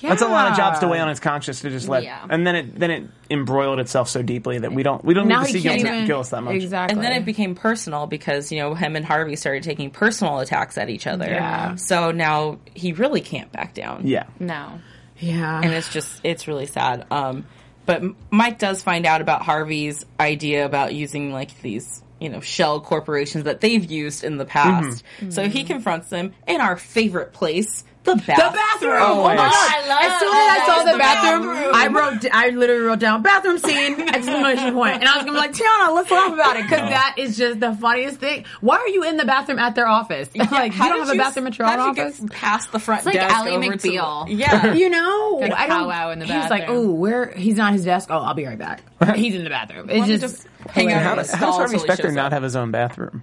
S4: That's a lot of jobs to weigh on his conscience to just let,
S5: Yeah.
S4: and then it then it embroiled itself so deeply that we don't we don't
S6: Now
S4: need to
S6: he
S4: see
S6: can't
S4: Gillis,
S6: even-
S4: Gillis that much.
S6: Exactly.
S3: And then it became personal because, you know, him and Harvey started taking personal attacks at each other.
S6: Yeah.
S3: So now he really can't back down.
S4: Yeah,
S5: No.
S6: yeah.
S3: And it's just, it's really sad. Um, but M- Mike does find out about Harvey's idea about using like these, you know, shell corporations that they've used in the past. So he confronts them in our favorite place, the bathroom.
S6: Mm-hmm. The bathroom. Oh, my
S4: Always.
S6: god!
S5: I love
S6: as soon
S5: that.
S6: as I saw the,
S5: The
S6: bathroom, I wrote. I literally wrote down bathroom scene exclamation point, and I was gonna be like, Tiana, let's laugh about it because that is just the funniest thing. Why are you in the bathroom at their office? <laughs> like, you
S3: How
S6: don't
S3: did
S6: have a bathroom at your
S3: how
S6: own
S3: did you
S6: office.
S3: get past the front
S5: like
S3: desk.
S5: Ally
S3: over to the-
S5: McBeal.
S3: yeah.
S6: <laughs> You know,
S5: Got a
S6: I don't.
S5: powwow in the
S6: he's like,
S5: bathroom.
S6: oh, where he's not at his desk. Oh, I'll be right back. He's in the bathroom. It's
S3: me
S6: just,
S3: just hang out
S4: how
S3: in
S6: hilarious.
S4: does,
S3: the
S4: how
S3: stall
S4: does Harvey
S3: till he shows
S4: Specter
S3: up.
S4: not have his own bathroom?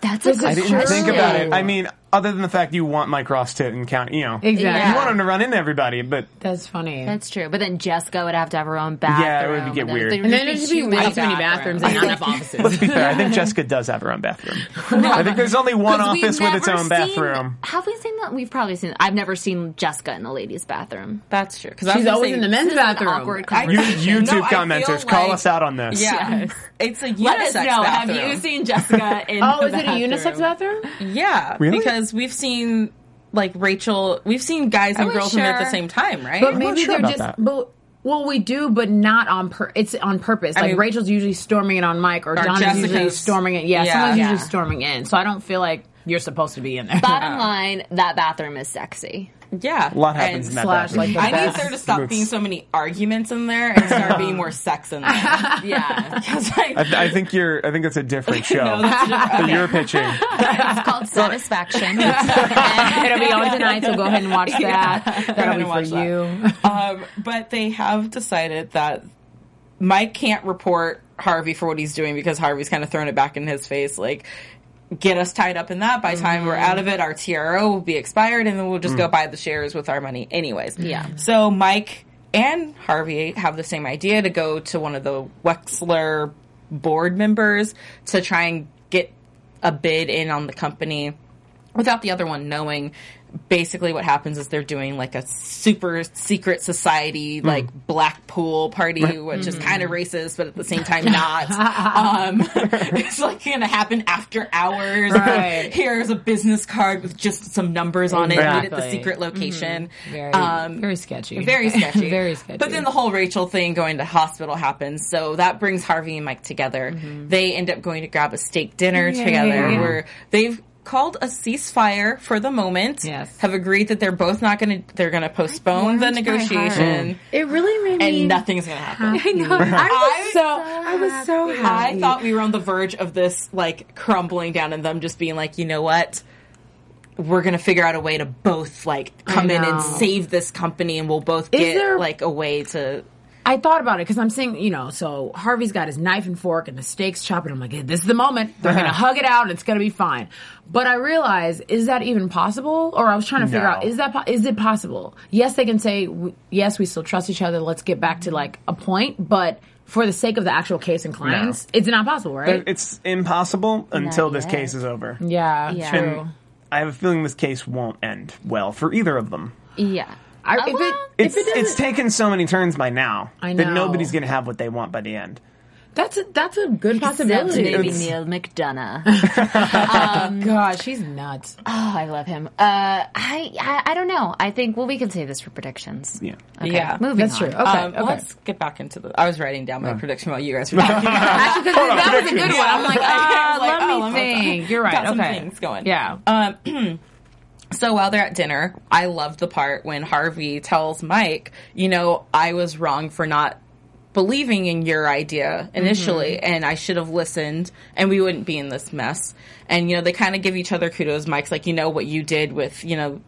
S5: That's a
S6: This
S5: good
S6: is
S4: I didn't
S6: Sure.
S4: think about it.
S5: question.
S4: I mean, other than the fact you want Mike Ross to encounter, you know,
S6: Exactly.
S4: you want him to run into everybody, but
S6: That's funny.
S5: That's true. But then Jessica would have to have her own bathroom.
S4: Yeah, it would get
S5: and then
S4: weird.
S5: there would
S6: and then
S5: just
S6: there'd be way
S5: huge
S6: too many bathrooms
S5: <laughs>
S6: and not enough offices.
S4: <laughs> let's be fair, I think Jessica does have her own bathroom. I think there's only one
S5: 'Cause we've
S4: office with its
S5: never
S4: own
S5: seen- <laughs>
S4: bathroom.
S5: Have we seen that? We've probably seen. I've never seen Jessica in the ladies' bathroom.
S3: That's true. Because
S6: She's always in the men's
S5: This is an
S6: bathroom.
S5: awkward
S3: I-
S4: You
S5: conversation.
S4: YouTube
S3: No, I feel
S4: commenters, call
S3: like-
S4: us out on this.
S3: Yeah,
S6: <laughs>
S3: it's a unisex
S5: Let us know.
S3: bathroom.
S5: Have you seen Jessica in?
S6: Oh,
S5: the
S6: is it a unisex bathroom?
S3: yeah,
S4: Really?
S3: because we've seen like Rachel, we've seen guys
S5: Are
S3: and
S5: we
S3: girls in there at
S5: sure?
S3: the same time, right?
S6: But maybe
S4: sure
S6: they're
S4: about
S6: just.
S4: that.
S6: But, well, we do, but not on. Pur- it's on purpose. Like
S3: mean-
S6: Rachel's usually storming it on Mike, or, Donna's usually
S3: Jessica's-
S6: storming it. Yeah,
S3: Yeah.
S6: someone's
S3: Yeah.
S6: usually storming in. So I don't feel like you're supposed to be in there. <laughs>
S5: Bottom line, that bathroom is sexy.
S3: yeah,
S4: A lot happens in that
S6: slash, like,
S4: bathroom.
S6: the
S3: I need
S6: best.
S3: there to stop being so many arguments in there and start being more sex
S4: <laughs>
S3: in there. <laughs>
S5: Yeah,
S3: Because like,
S4: I, I think you're. I think that's
S6: <laughs>
S4: a different show that you're pitching.
S5: <laughs> it's called
S6: <laughs>
S5: satisfaction.
S6: It'll be on tonight, so go ahead and
S5: <laughs>
S6: watch that. That'll
S3: ahead and
S6: be for
S3: watch that.
S6: you.
S3: um, but they have decided that Mike can't report Harvey for what he's doing because Harvey's kind of thrown it back in his face, like get us tied up in that. By the time we're out of it, our TRO will be expired, and then we'll just go buy the shares with our money, anyways.
S5: Yeah.
S3: So Mike and Harvey have the same idea to go to one of the Wexler board members to try and get a bid in on the company without the other one knowing basically what happens is they're doing like a super secret society like blackpool party which
S6: Hmm.
S3: is kind of racist but at the same time
S6: <laughs>
S3: not um, <laughs> it's like gonna happen after hours
S6: Right.
S3: here's a business card with just some numbers on it meet at the
S6: Exactly. Mm-hmm.
S3: secret location
S6: Very,
S3: Um,
S6: very sketchy. <laughs>
S3: very sketchy.
S6: very sketchy.
S3: But then the whole Rachel thing going to hospital happens, so that brings Harvey and Mike together.
S6: Mm-hmm.
S3: They end up going to grab a steak dinner together where they've called a ceasefire for the moment.
S6: Yes.
S3: Have agreed that they're both not gonna they're gonna postpone the negotiation
S10: It really made me.
S3: and nothing's gonna happen.
S10: I know. I was
S3: I-
S10: so. I was so happy.
S3: I thought we were on the verge of this like crumbling down and them just being like, you know what? We're gonna figure out a way to both like come in
S6: know.
S3: and save this company, and we'll both
S6: Is
S3: get
S6: there-
S3: like a way to
S6: I thought about it because I'm saying, you know, so Harvey's got his knife and fork and the steaks chopping. I'm like, "Hey, this is the moment. They're going to
S4: Uh-huh.
S6: hug it out and it's going to be fine. But I realize, is that even possible? Or I was trying to figure
S4: No.
S6: out, is that po- is it possible? Yes, they can say, w- yes, we still trust each other. Let's get back to like a point. But for the sake of the actual case and clients, it's not possible, right?
S4: It's impossible until this
S5: yet.
S4: case is over.
S6: yeah,
S5: Yeah.
S6: true.
S4: I have a feeling this case won't end well for either of them.
S5: Yeah.
S6: I,
S5: Uh,
S6: if it,
S5: well,
S6: if
S4: It's
S6: it
S4: it's
S6: doesn't,
S4: taken so many turns by now
S6: I
S4: that
S6: know.
S4: nobody's going to have what they want by the end.
S6: that's a, that's a good
S5: Except
S6: possibility.
S5: maybe
S6: It's-
S5: Neil McDonough.
S6: God, she's nuts.
S5: Oh, I love him. Uh, I, I I don't know. I think well, we can save this for predictions.
S4: Yeah.
S5: Okay,
S3: Yeah.
S5: moving
S6: That's
S5: on.
S6: true. Okay,
S3: Um,
S6: okay.
S3: Let's get back into the. I was writing down my prediction while you
S6: <laughs>
S3: guys were talking.
S6: Actually, 'cause that was a good one. I'm like, <laughs>
S3: I
S6: ah,
S3: was like,
S6: let
S3: oh,
S6: me
S3: let me
S6: think. <laughs> You're right.
S3: Got some
S6: okay.
S3: things going.
S6: Yeah.
S3: so while they're at dinner, I love the part when Harvey tells Mike, you know, I was wrong for not believing in your idea initially and I should have listened and we wouldn't be in this mess. And you know, they kind of give each other kudos. Mike's like, you know what you did with, you know,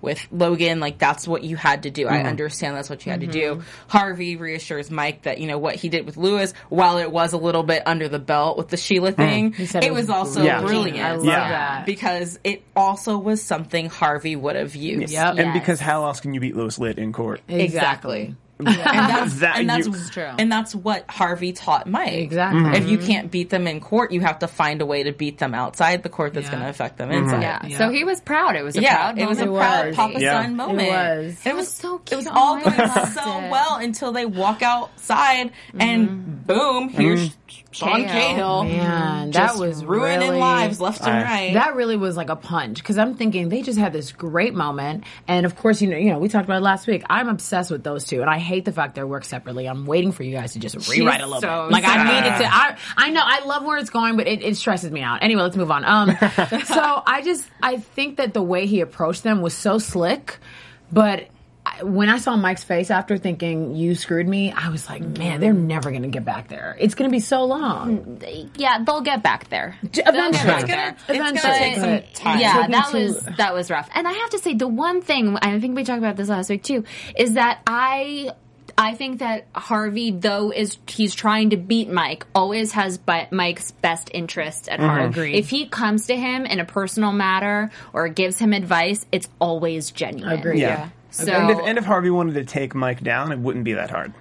S3: with Logan, like that's what you had to do. I understand that's what you had to do. Harvey reassures Mike that, you know, what he did with Lewis, while it was a little bit under the belt with the Sheila thing,
S6: said
S3: it,
S6: it was
S3: was, also
S4: Yeah.
S3: brilliant.
S6: I love
S4: Yeah.
S6: that.
S3: Because it also was something Harvey would have used.
S6: Yep.
S4: And because how else can you beat Lewis Litt in court?
S3: Exactly.
S4: that
S3: And that's
S4: you-
S3: true. And that's what Harvey taught Mike.
S6: Exactly.
S3: If
S4: Mm-hmm.
S3: you can't beat them in court, you have to find a way to beat them outside the court that's
S6: Yeah.
S3: going to affect them
S4: Mm-hmm.
S3: inside.
S5: Yeah. So he was proud. It was a
S3: Yeah,
S5: proud
S3: it was a
S5: moment.
S3: proud Papa
S4: Yeah.
S3: Son moment.
S6: It was.
S3: And it
S5: That
S3: was
S5: was so
S3: It was
S5: cute.
S3: all
S5: Oh, I
S3: going
S5: loved
S3: so
S5: it.
S3: well until they walk outside and boom, here's
S4: Mm-hmm.
S3: Sean Cahill.
S5: Cahill.
S6: Man,
S3: Just
S6: that was
S3: ruining
S6: really-
S3: lives left and
S4: I-
S3: right.
S6: That really was like a punch because I'm thinking they just had this great moment, and of course, you know, you know, we talked about it last week. I'm obsessed with those two, and I hate the fact they work separately. I'm waiting for you guys to just rewrite a little
S5: so
S6: bit. Like I needed to. I I know I love where it's going, but it, it stresses me out. Anyway, let's move on. Um, so I just I think that the way he approached them was so slick, but. I- When I saw Mike's face after thinking you screwed me, I was like, man, they're never going to get back there. It's going to be so long.
S5: Yeah, they'll get back there.
S6: Eventually.
S3: it's gonna, it's gonna
S6: Eventually.
S3: take some
S6: But-
S3: time.
S5: Yeah,
S6: Took me
S5: that
S6: too-
S5: was that was rough. And I have to say, the one thing I think we talked about this last week too is that I I think that Harvey, though, is he's trying to beat Mike, always has but Mike's best interest at
S6: Mm-hmm.
S5: heart. If he comes to him in a personal matter or gives him advice, it's always genuine.
S6: Agreed.
S4: Yeah.
S5: So
S4: And if, and if Harvey wanted to take Mike down, it wouldn't be that hard.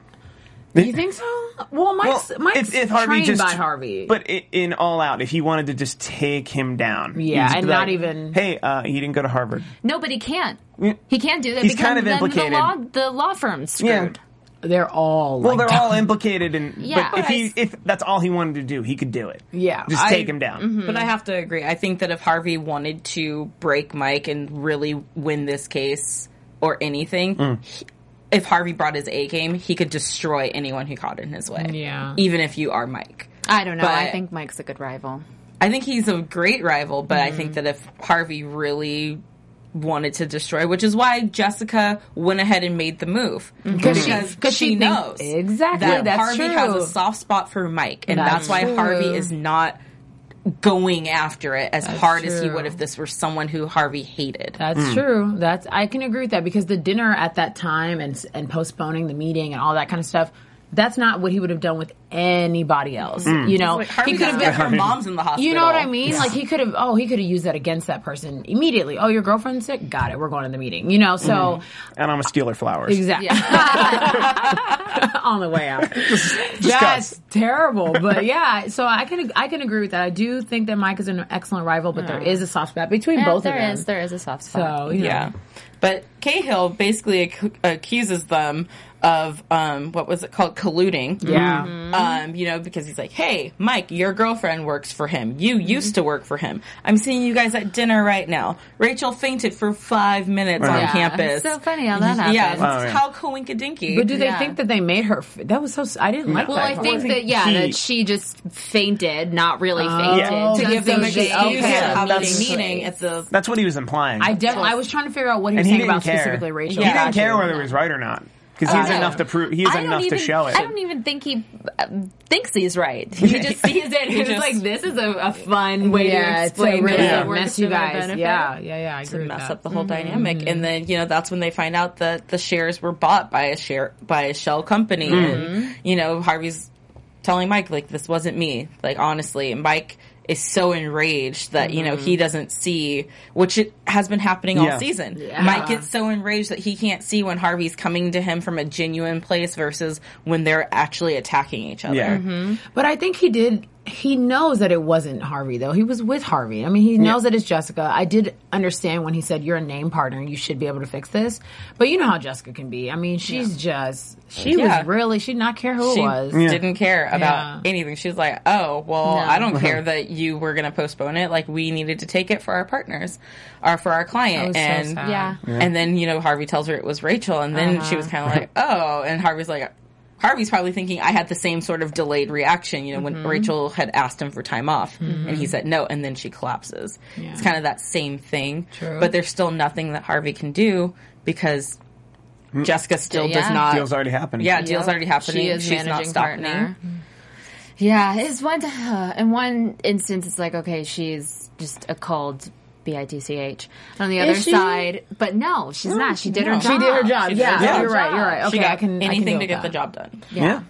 S6: You think so? Well, Mike's
S4: Well,
S6: Mike's
S4: if, if Harvey
S6: trained
S4: just,
S6: by Harvey,
S4: But i in All Out, if he wanted to just take him down, he'd
S6: Yeah,
S4: just be
S6: and
S4: like,
S6: not even-
S4: Hey, uh, he didn't go to Harvard.
S5: no, but he can't. He can't do that
S4: He's
S5: because
S4: kind of
S5: then
S4: implicated.
S5: the law the law firm's screwed.
S6: they're all
S4: Well,
S6: like,
S4: they're all implicated, and
S5: Yeah.
S4: but if he
S5: But
S4: if that's all he wanted to do, he could do it.
S6: Yeah,
S4: just
S6: I-
S4: take him down.
S3: But I Mm-hmm. have to agree. I think that if Harvey wanted to break Mike and really win this case or anything, he- if Harvey brought his A game, he could destroy anyone who caught in his way.
S6: Yeah.
S3: Even if you are Mike.
S5: I don't know. I
S3: But-
S5: think Mike's a good rival.
S3: I think he's a great rival, but I
S6: Mm.
S3: think that if Harvey really wanted to destroy, which is why Jessica went ahead and made the move
S6: Mm-hmm.
S3: because
S6: because she thinks- Exactly,
S3: that
S6: that's
S3: Harvey has
S6: true.
S3: a soft spot for Mike, and
S6: That's
S3: that's, why
S6: true.
S3: Harvey is not going after it as hard as he
S6: true.
S3: would if this were someone who Harvey hated.
S6: That's
S4: mm.
S6: true. That's I can agree with that because the dinner at that time and s- and postponing the meeting and all that kind of stuff. That's not what he would have done with anybody else.
S4: Mm.
S6: You know,
S3: Like, Harvey
S6: he could
S3: got
S6: have been
S3: her mom's in the hospital.
S6: You know what I mean? Like he could have. Oh, he could have used that against that person immediately. Oh, your girlfriend's sick. Got it. We're going to the meeting. You know. So
S4: Mm. And I'm a stealer flowers.
S6: exactly
S5: <laughs>
S6: on the way
S4: <laughs>
S6: out. That's terrible. But yeah, so I can I can agree with that. I do think that Mike is an excellent rival, but there is a soft spot between
S5: Yeah,
S6: both of
S5: there
S6: them.
S5: is- there is a soft spot.
S6: So you know.
S3: Yeah. But Cahill basically ac- accuses them of um, what was it called colluding.
S6: Yeah.
S3: Um, you know, because he's like, "Hey, Mike, your girlfriend works for him. You used to work for him. I'm seeing you guys at dinner right now. Rachel fainted for five minutes on
S5: Yeah.
S3: campus.
S5: It's so funny how that happened.
S3: Yeah,
S4: Wow, yeah.
S3: how coinkadinky.
S6: But do they
S5: Yeah.
S6: think that they made her? F- that was so. s- I didn't like
S5: Well,
S6: that.
S5: I
S6: part.
S5: think that yeah,
S4: He-
S5: that she just fainted, not really fainted,
S3: to give them an
S6: that's so
S3: excuse
S6: shady. Okay.
S3: to have
S6: That's
S3: this meeting at the
S4: That's what he was implying.
S6: I def- I was trying to figure out what he was
S4: and he
S6: saying
S4: didn't
S6: about
S4: care.
S6: specifically Rachel.
S4: He
S3: Yeah.
S4: didn't care whether it was right or not because he's
S5: no.
S4: enough to prove. He's
S5: I don't
S4: enough
S5: even-
S4: to show it.
S5: I don't even think he uh, thinks he's right. He just
S6: <laughs>
S5: sees it. and He's
S3: just-
S5: like, "This is a, a fun way
S6: Yeah,
S5: to
S6: it's a
S5: explain
S6: really
S5: this. It works
S6: mess, you
S5: to my
S6: guys.
S5: benefit."
S6: Yeah, yeah, yeah. I agree
S3: to
S6: with
S3: mess
S6: that.
S3: up the whole
S4: Mm-hmm.
S3: dynamic. And then you know that's when they find out that the shares were bought by a share by a shell company.
S4: Mm-hmm.
S3: And you know Harvey's telling Mike like this wasn't me. Like honestly, and Mike is so enraged that you know he doesn't see which it has been happening
S4: Mm-hmm. Yeah.
S3: all season. Mike gets so enraged that he can't see when Harvey's coming to him from a genuine place versus when they're actually attacking each other.
S4: yeah.
S6: But I think he did. He knows that it wasn't Harvey, though. He was with Harvey. I mean, he knows that it's Jessica. I did understand when he said, "You're a name partner. You should be able to fix this." But you know how Jessica can be. I mean, she's just she
S3: Yeah.
S6: was really she did not care who
S3: She
S6: it was.
S3: didn't care about
S6: Yeah.
S3: anything. She was like, "Oh, well, I don't care that you were going to postpone it. Like, we needed to take it for our partners, or for our client."
S6: That
S3: And
S6: was so sad.
S5: Yeah.
S3: and then you know Harvey tells her it was Rachel, and then she was
S6: Uh-huh.
S3: kind of like, "Oh," and Harvey's like. Harvey's probably thinking I had the same sort of delayed reaction, you know,
S6: Mm-hmm.
S3: when Rachel had asked him for time off and he said no and then she collapses. It's kind of that same thing. True. But there's still nothing that Harvey can do because Jessica still does
S5: Yeah.
S3: not
S4: Deal's already happened.
S3: yeah, deal's already happening.
S5: She is
S3: She's not
S5: managing
S3: stopping.
S5: partner. Yeah, it's one. <sighs> in one instance, it's like okay, she's just a cold bitch. On the other
S6: she?
S5: side, but no, she's not. She did her job.
S6: She did her job.
S3: She did
S6: yeah,
S3: her job.
S6: you're right. You're right. Okay,
S3: She got
S6: I can I can
S3: anything
S6: deal
S3: to
S6: with
S3: get the
S6: that.
S3: job done.
S4: Yeah.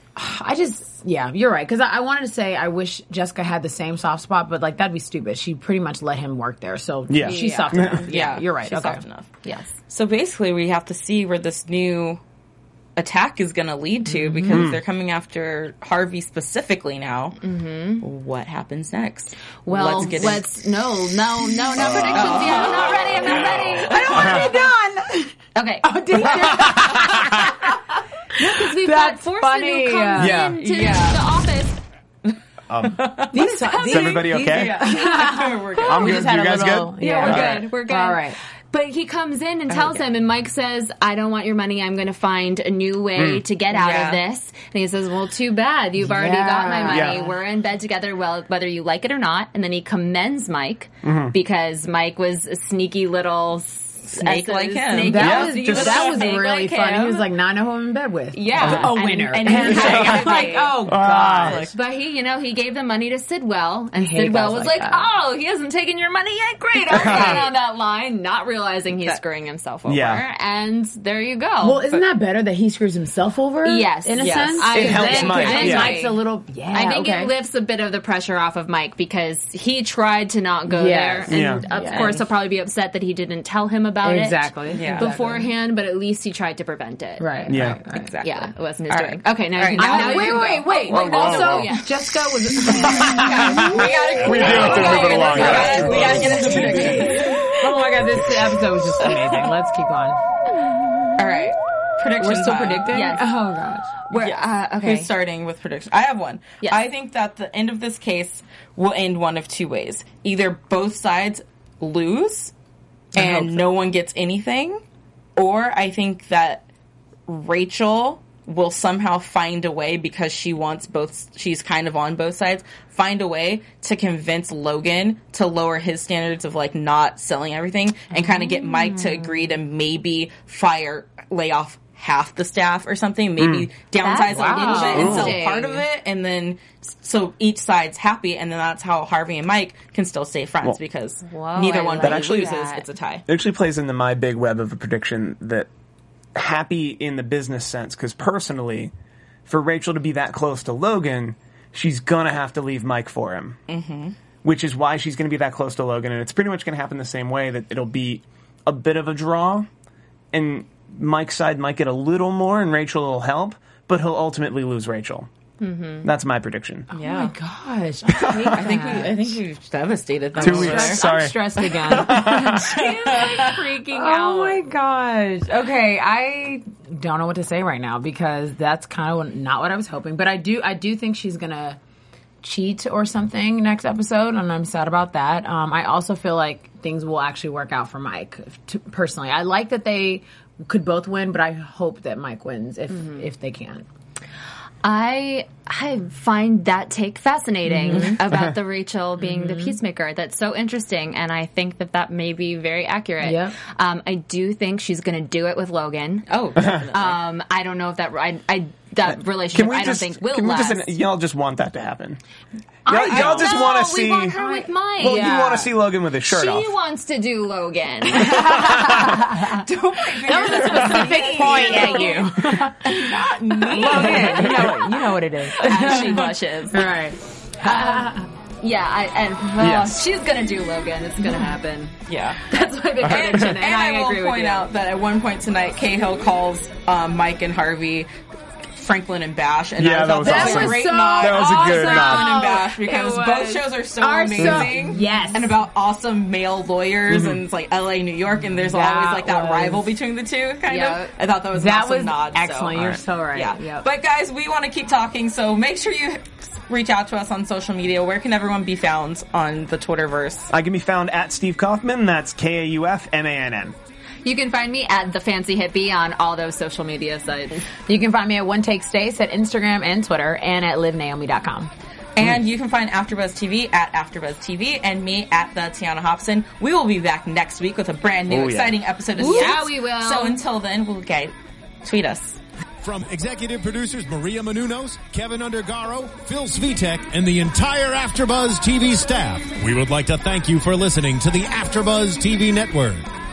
S6: I just, yeah, you're right. Because I, I wanted to say I wish Jessica had the same soft spot, but like that'd be stupid. She pretty much let him work there, so
S4: Yeah.
S6: she's
S4: Yeah.
S3: <laughs>
S6: soft enough.
S3: Yeah,
S6: you're right.
S3: She's
S6: okay.
S3: soft enough.
S5: Yes.
S3: So basically, we have to see where this new attack is going to lead to
S6: Mm-hmm.
S3: because they're coming after Harvey specifically now. Mm-hmm. What happens next?
S5: Well, let's,
S3: in-
S5: no, no, no, no predictions. Yeah, I'm not ready. I'm not ready. oh.
S3: <laughs>
S5: <laughs> I don't want to be done. Okay. Oh, did <laughs> Because we've got
S6: That's
S5: Forsen
S6: funny.
S5: who comes
S4: Yeah.
S5: into
S3: Yeah.
S5: the office.
S6: These,
S4: Is everybody okay?
S3: We're
S6: <laughs>
S3: good.
S4: I'm good. You guys good?
S5: Yeah,
S4: All
S5: we're
S4: right.
S5: good. We're good.
S6: All right.
S5: But he comes in and tells him, and Mike says, "I don't want your money. I'm going to find a new way
S6: Mm.
S5: to get out
S3: Yeah.
S5: of this." And he says, "Well, too bad. You've already got my
S6: Yeah.
S5: money.
S4: Yeah.
S5: We're in bed together, well, whether you like it or not." And then he commends Mike
S6: Mm-hmm.
S5: because Mike was a sneaky little snake
S3: like him.
S5: Snake
S6: That
S4: Yeah,
S6: was
S4: just-
S6: that was
S5: <laughs> Snake
S6: really
S5: like
S6: funny.
S5: him.
S6: He was like, "Now I know who I'm in bed with."
S5: Yeah.
S6: a
S5: And-
S6: winner.
S5: and-
S6: And
S4: <laughs>
S6: I'm like,
S5: Exactly.
S6: oh god.
S5: But he, you know, he gave the money to Sidwell, and
S6: hate
S5: Sidwell
S6: guys
S5: was
S6: like
S5: like,
S6: that.
S5: "Oh, he hasn't taken your money yet. Great, I'm staying on that line." Not realizing he's screwing himself over,
S4: Yeah.
S5: and there you go.
S6: Well, isn't that better that he screws himself over?
S5: Yes.
S6: in a
S5: Yes.
S6: sense,
S5: I It
S4: helps
S6: Because then-
S4: Mike,
S6: because then
S4: yeah.
S6: Mike's a little. Yeah,
S5: I think
S6: okay.
S5: it lifts a bit of the pressure off of Mike because he tried to not go
S6: Yes.
S5: there,
S4: Yeah.
S5: and of
S6: Yeah.
S5: course, he'll probably be upset that he didn't tell him about
S6: Exactly.
S5: it
S6: Yeah.
S5: beforehand. But at least he tried to prevent it.
S6: Right.
S4: Yeah.
S6: Right, right.
S3: Exactly.
S5: Yeah, it wasn't his
S3: All
S5: doing.
S3: right.
S5: Okay, now,
S3: All right,
S5: now,
S3: now-
S5: now you
S6: Wait,
S5: can
S6: wait,
S5: go.
S6: wait.
S4: Whoa, whoa,
S6: also,
S4: whoa.
S6: Jessica <laughs> was.
S3: we gotta,
S4: We do have to move it along. guys.
S3: We gotta get into the next.
S6: Oh my god, this episode was just amazing. Let's keep on.
S3: All right, prediction.
S6: We're still
S3: time.
S6: predicting?
S5: Yes.
S6: Oh gosh.
S5: We're,
S3: Yes.
S5: uh, okay.
S3: Who's starting with prediction? I have one.
S5: Yes.
S3: I think that the end of this case will end one of two ways. Either both sides lose and no one gets anything, or I think that Rachel will somehow find a way because she wants both she's kind of on both sides find a way to convince Logan to lower his standards of like not selling everything and kind of get Mike
S5: Mm.
S3: to agree to maybe fire lay off half the staff or something maybe downsize
S5: Mm. That's
S3: a little bit and sell
S5: interesting.
S3: part of it and then so each side's happy and then that's how Harvey and Mike can still stay friends because
S5: Whoa, I
S3: neither one
S5: like
S3: really
S4: actually-
S3: loses
S5: that.
S3: it's a tie
S4: It actually plays into my big web of a prediction that happy in the business sense because personally for Rachel to be that close to Logan, she's gonna have to leave Mike for him.
S11: Mm-hmm.
S4: Which is why she's gonna be that close to Logan, and it's pretty much gonna happen the same way that it'll be a bit of a draw, and Mike's side might get a little more, and Rachel will help, but he'll ultimately lose Rachel.
S3: Mm-hmm.
S4: That's my prediction.
S3: yeah.
S6: Oh my gosh.
S4: <laughs>
S6: I
S3: think we I think we devastated them.
S4: Two
S3: over
S4: weeks,
S3: there.
S4: sorry. I'm
S6: stressed again.
S5: freaking
S6: out. Oh my gosh. Okay, I don't know what to say right now because that's kind of not what I was hoping. But I do, I do think she's gonna cheat or something next episode, and I'm sad about that. Um, I also feel like things will actually work out for Mike if- to, personally. I like that they could both win, but I hope that Mike wins if if they can.
S5: I I find that take fascinating
S4: Mm-hmm.
S6: Mhm.
S5: <laughs>
S4: <laughs>
S5: about the Rachel being the peacemaker. That's so interesting, and I think that that may be very accurate.
S6: Yep.
S5: Um, I do think she's going to do it with Logan.
S3: Oh,
S5: um, I don't know if that I, I that relationship I don't
S4: just,
S5: think will
S4: can we
S5: last.
S4: just, y'all just want that to happen.
S5: I
S4: Y'all, y'all
S5: don't
S4: just
S5: know.
S4: want to
S5: We
S4: see.
S5: want her with Mike.
S4: Well, you want to see Logan with his shirt
S5: she
S4: off.
S5: wants to do <laughs> Logan.
S3: Big point at you.
S5: <laughs>
S6: Logan, you know what, you know what it is.
S5: As <laughs> she blushes.
S6: Right.
S5: Um, yeah, I, and well,
S3: Yes.
S5: she's gonna do Logan. It's gonna happen.
S3: Yeah.
S5: <laughs> That's my big prediction, and,
S3: and I,
S5: I, agree
S3: will
S5: with
S3: point
S5: you.
S3: out that at one point tonight, Cahill calls um, Mike and Harvey. Franklin and Bash, and
S4: Yeah,
S3: I
S4: that
S3: thought
S4: was
S3: that
S4: awesome.
S3: was a great
S4: That
S3: nod.
S4: was a good
S3: to
S4: nod.
S3: Franklin and Bash
S6: It
S3: because
S6: was-
S3: both shows are so
S6: are so-
S3: amazing.
S6: yes,
S3: and about awesome male lawyers,
S4: Mm-hmm.
S6: Mhm.
S3: and it's like L.A., New York, and there's
S6: That
S3: always like that
S6: was-
S3: rival between the two. Kind
S6: Yeah.
S3: of. I thought that was
S6: That
S3: an awesome
S6: was
S3: nod.
S6: excellent. You're so right.
S3: Yeah.
S6: Yep.
S3: But guys, we want to keep talking, so make sure you reach out to us on social media. Where can everyone be found on the Twitterverse?
S4: I can be found at Steve Kaufman. That's K A U F M A N N.
S5: You can find me at the Fancy Hippie on all those social media sites.
S6: You can find me at One Take Stace at Instagram and Twitter and at livenaomi.com.
S3: And you can find AfterBuzz TV at AfterBuzz TV and me at the Tiana Hobson. We will be back next week with a brand new
S1: Oh, yeah.
S3: exciting episode of
S1: Ooh.
S3: Suits.
S1: Yeah, we will.
S3: So until then, we'll get tweet us.
S1: From executive producers Maria Manunos, Kevin Undergaro, Phil Svitek, and the entire Afterbuzz TV staff, we would like to thank you for listening to the Afterbuzz TV network.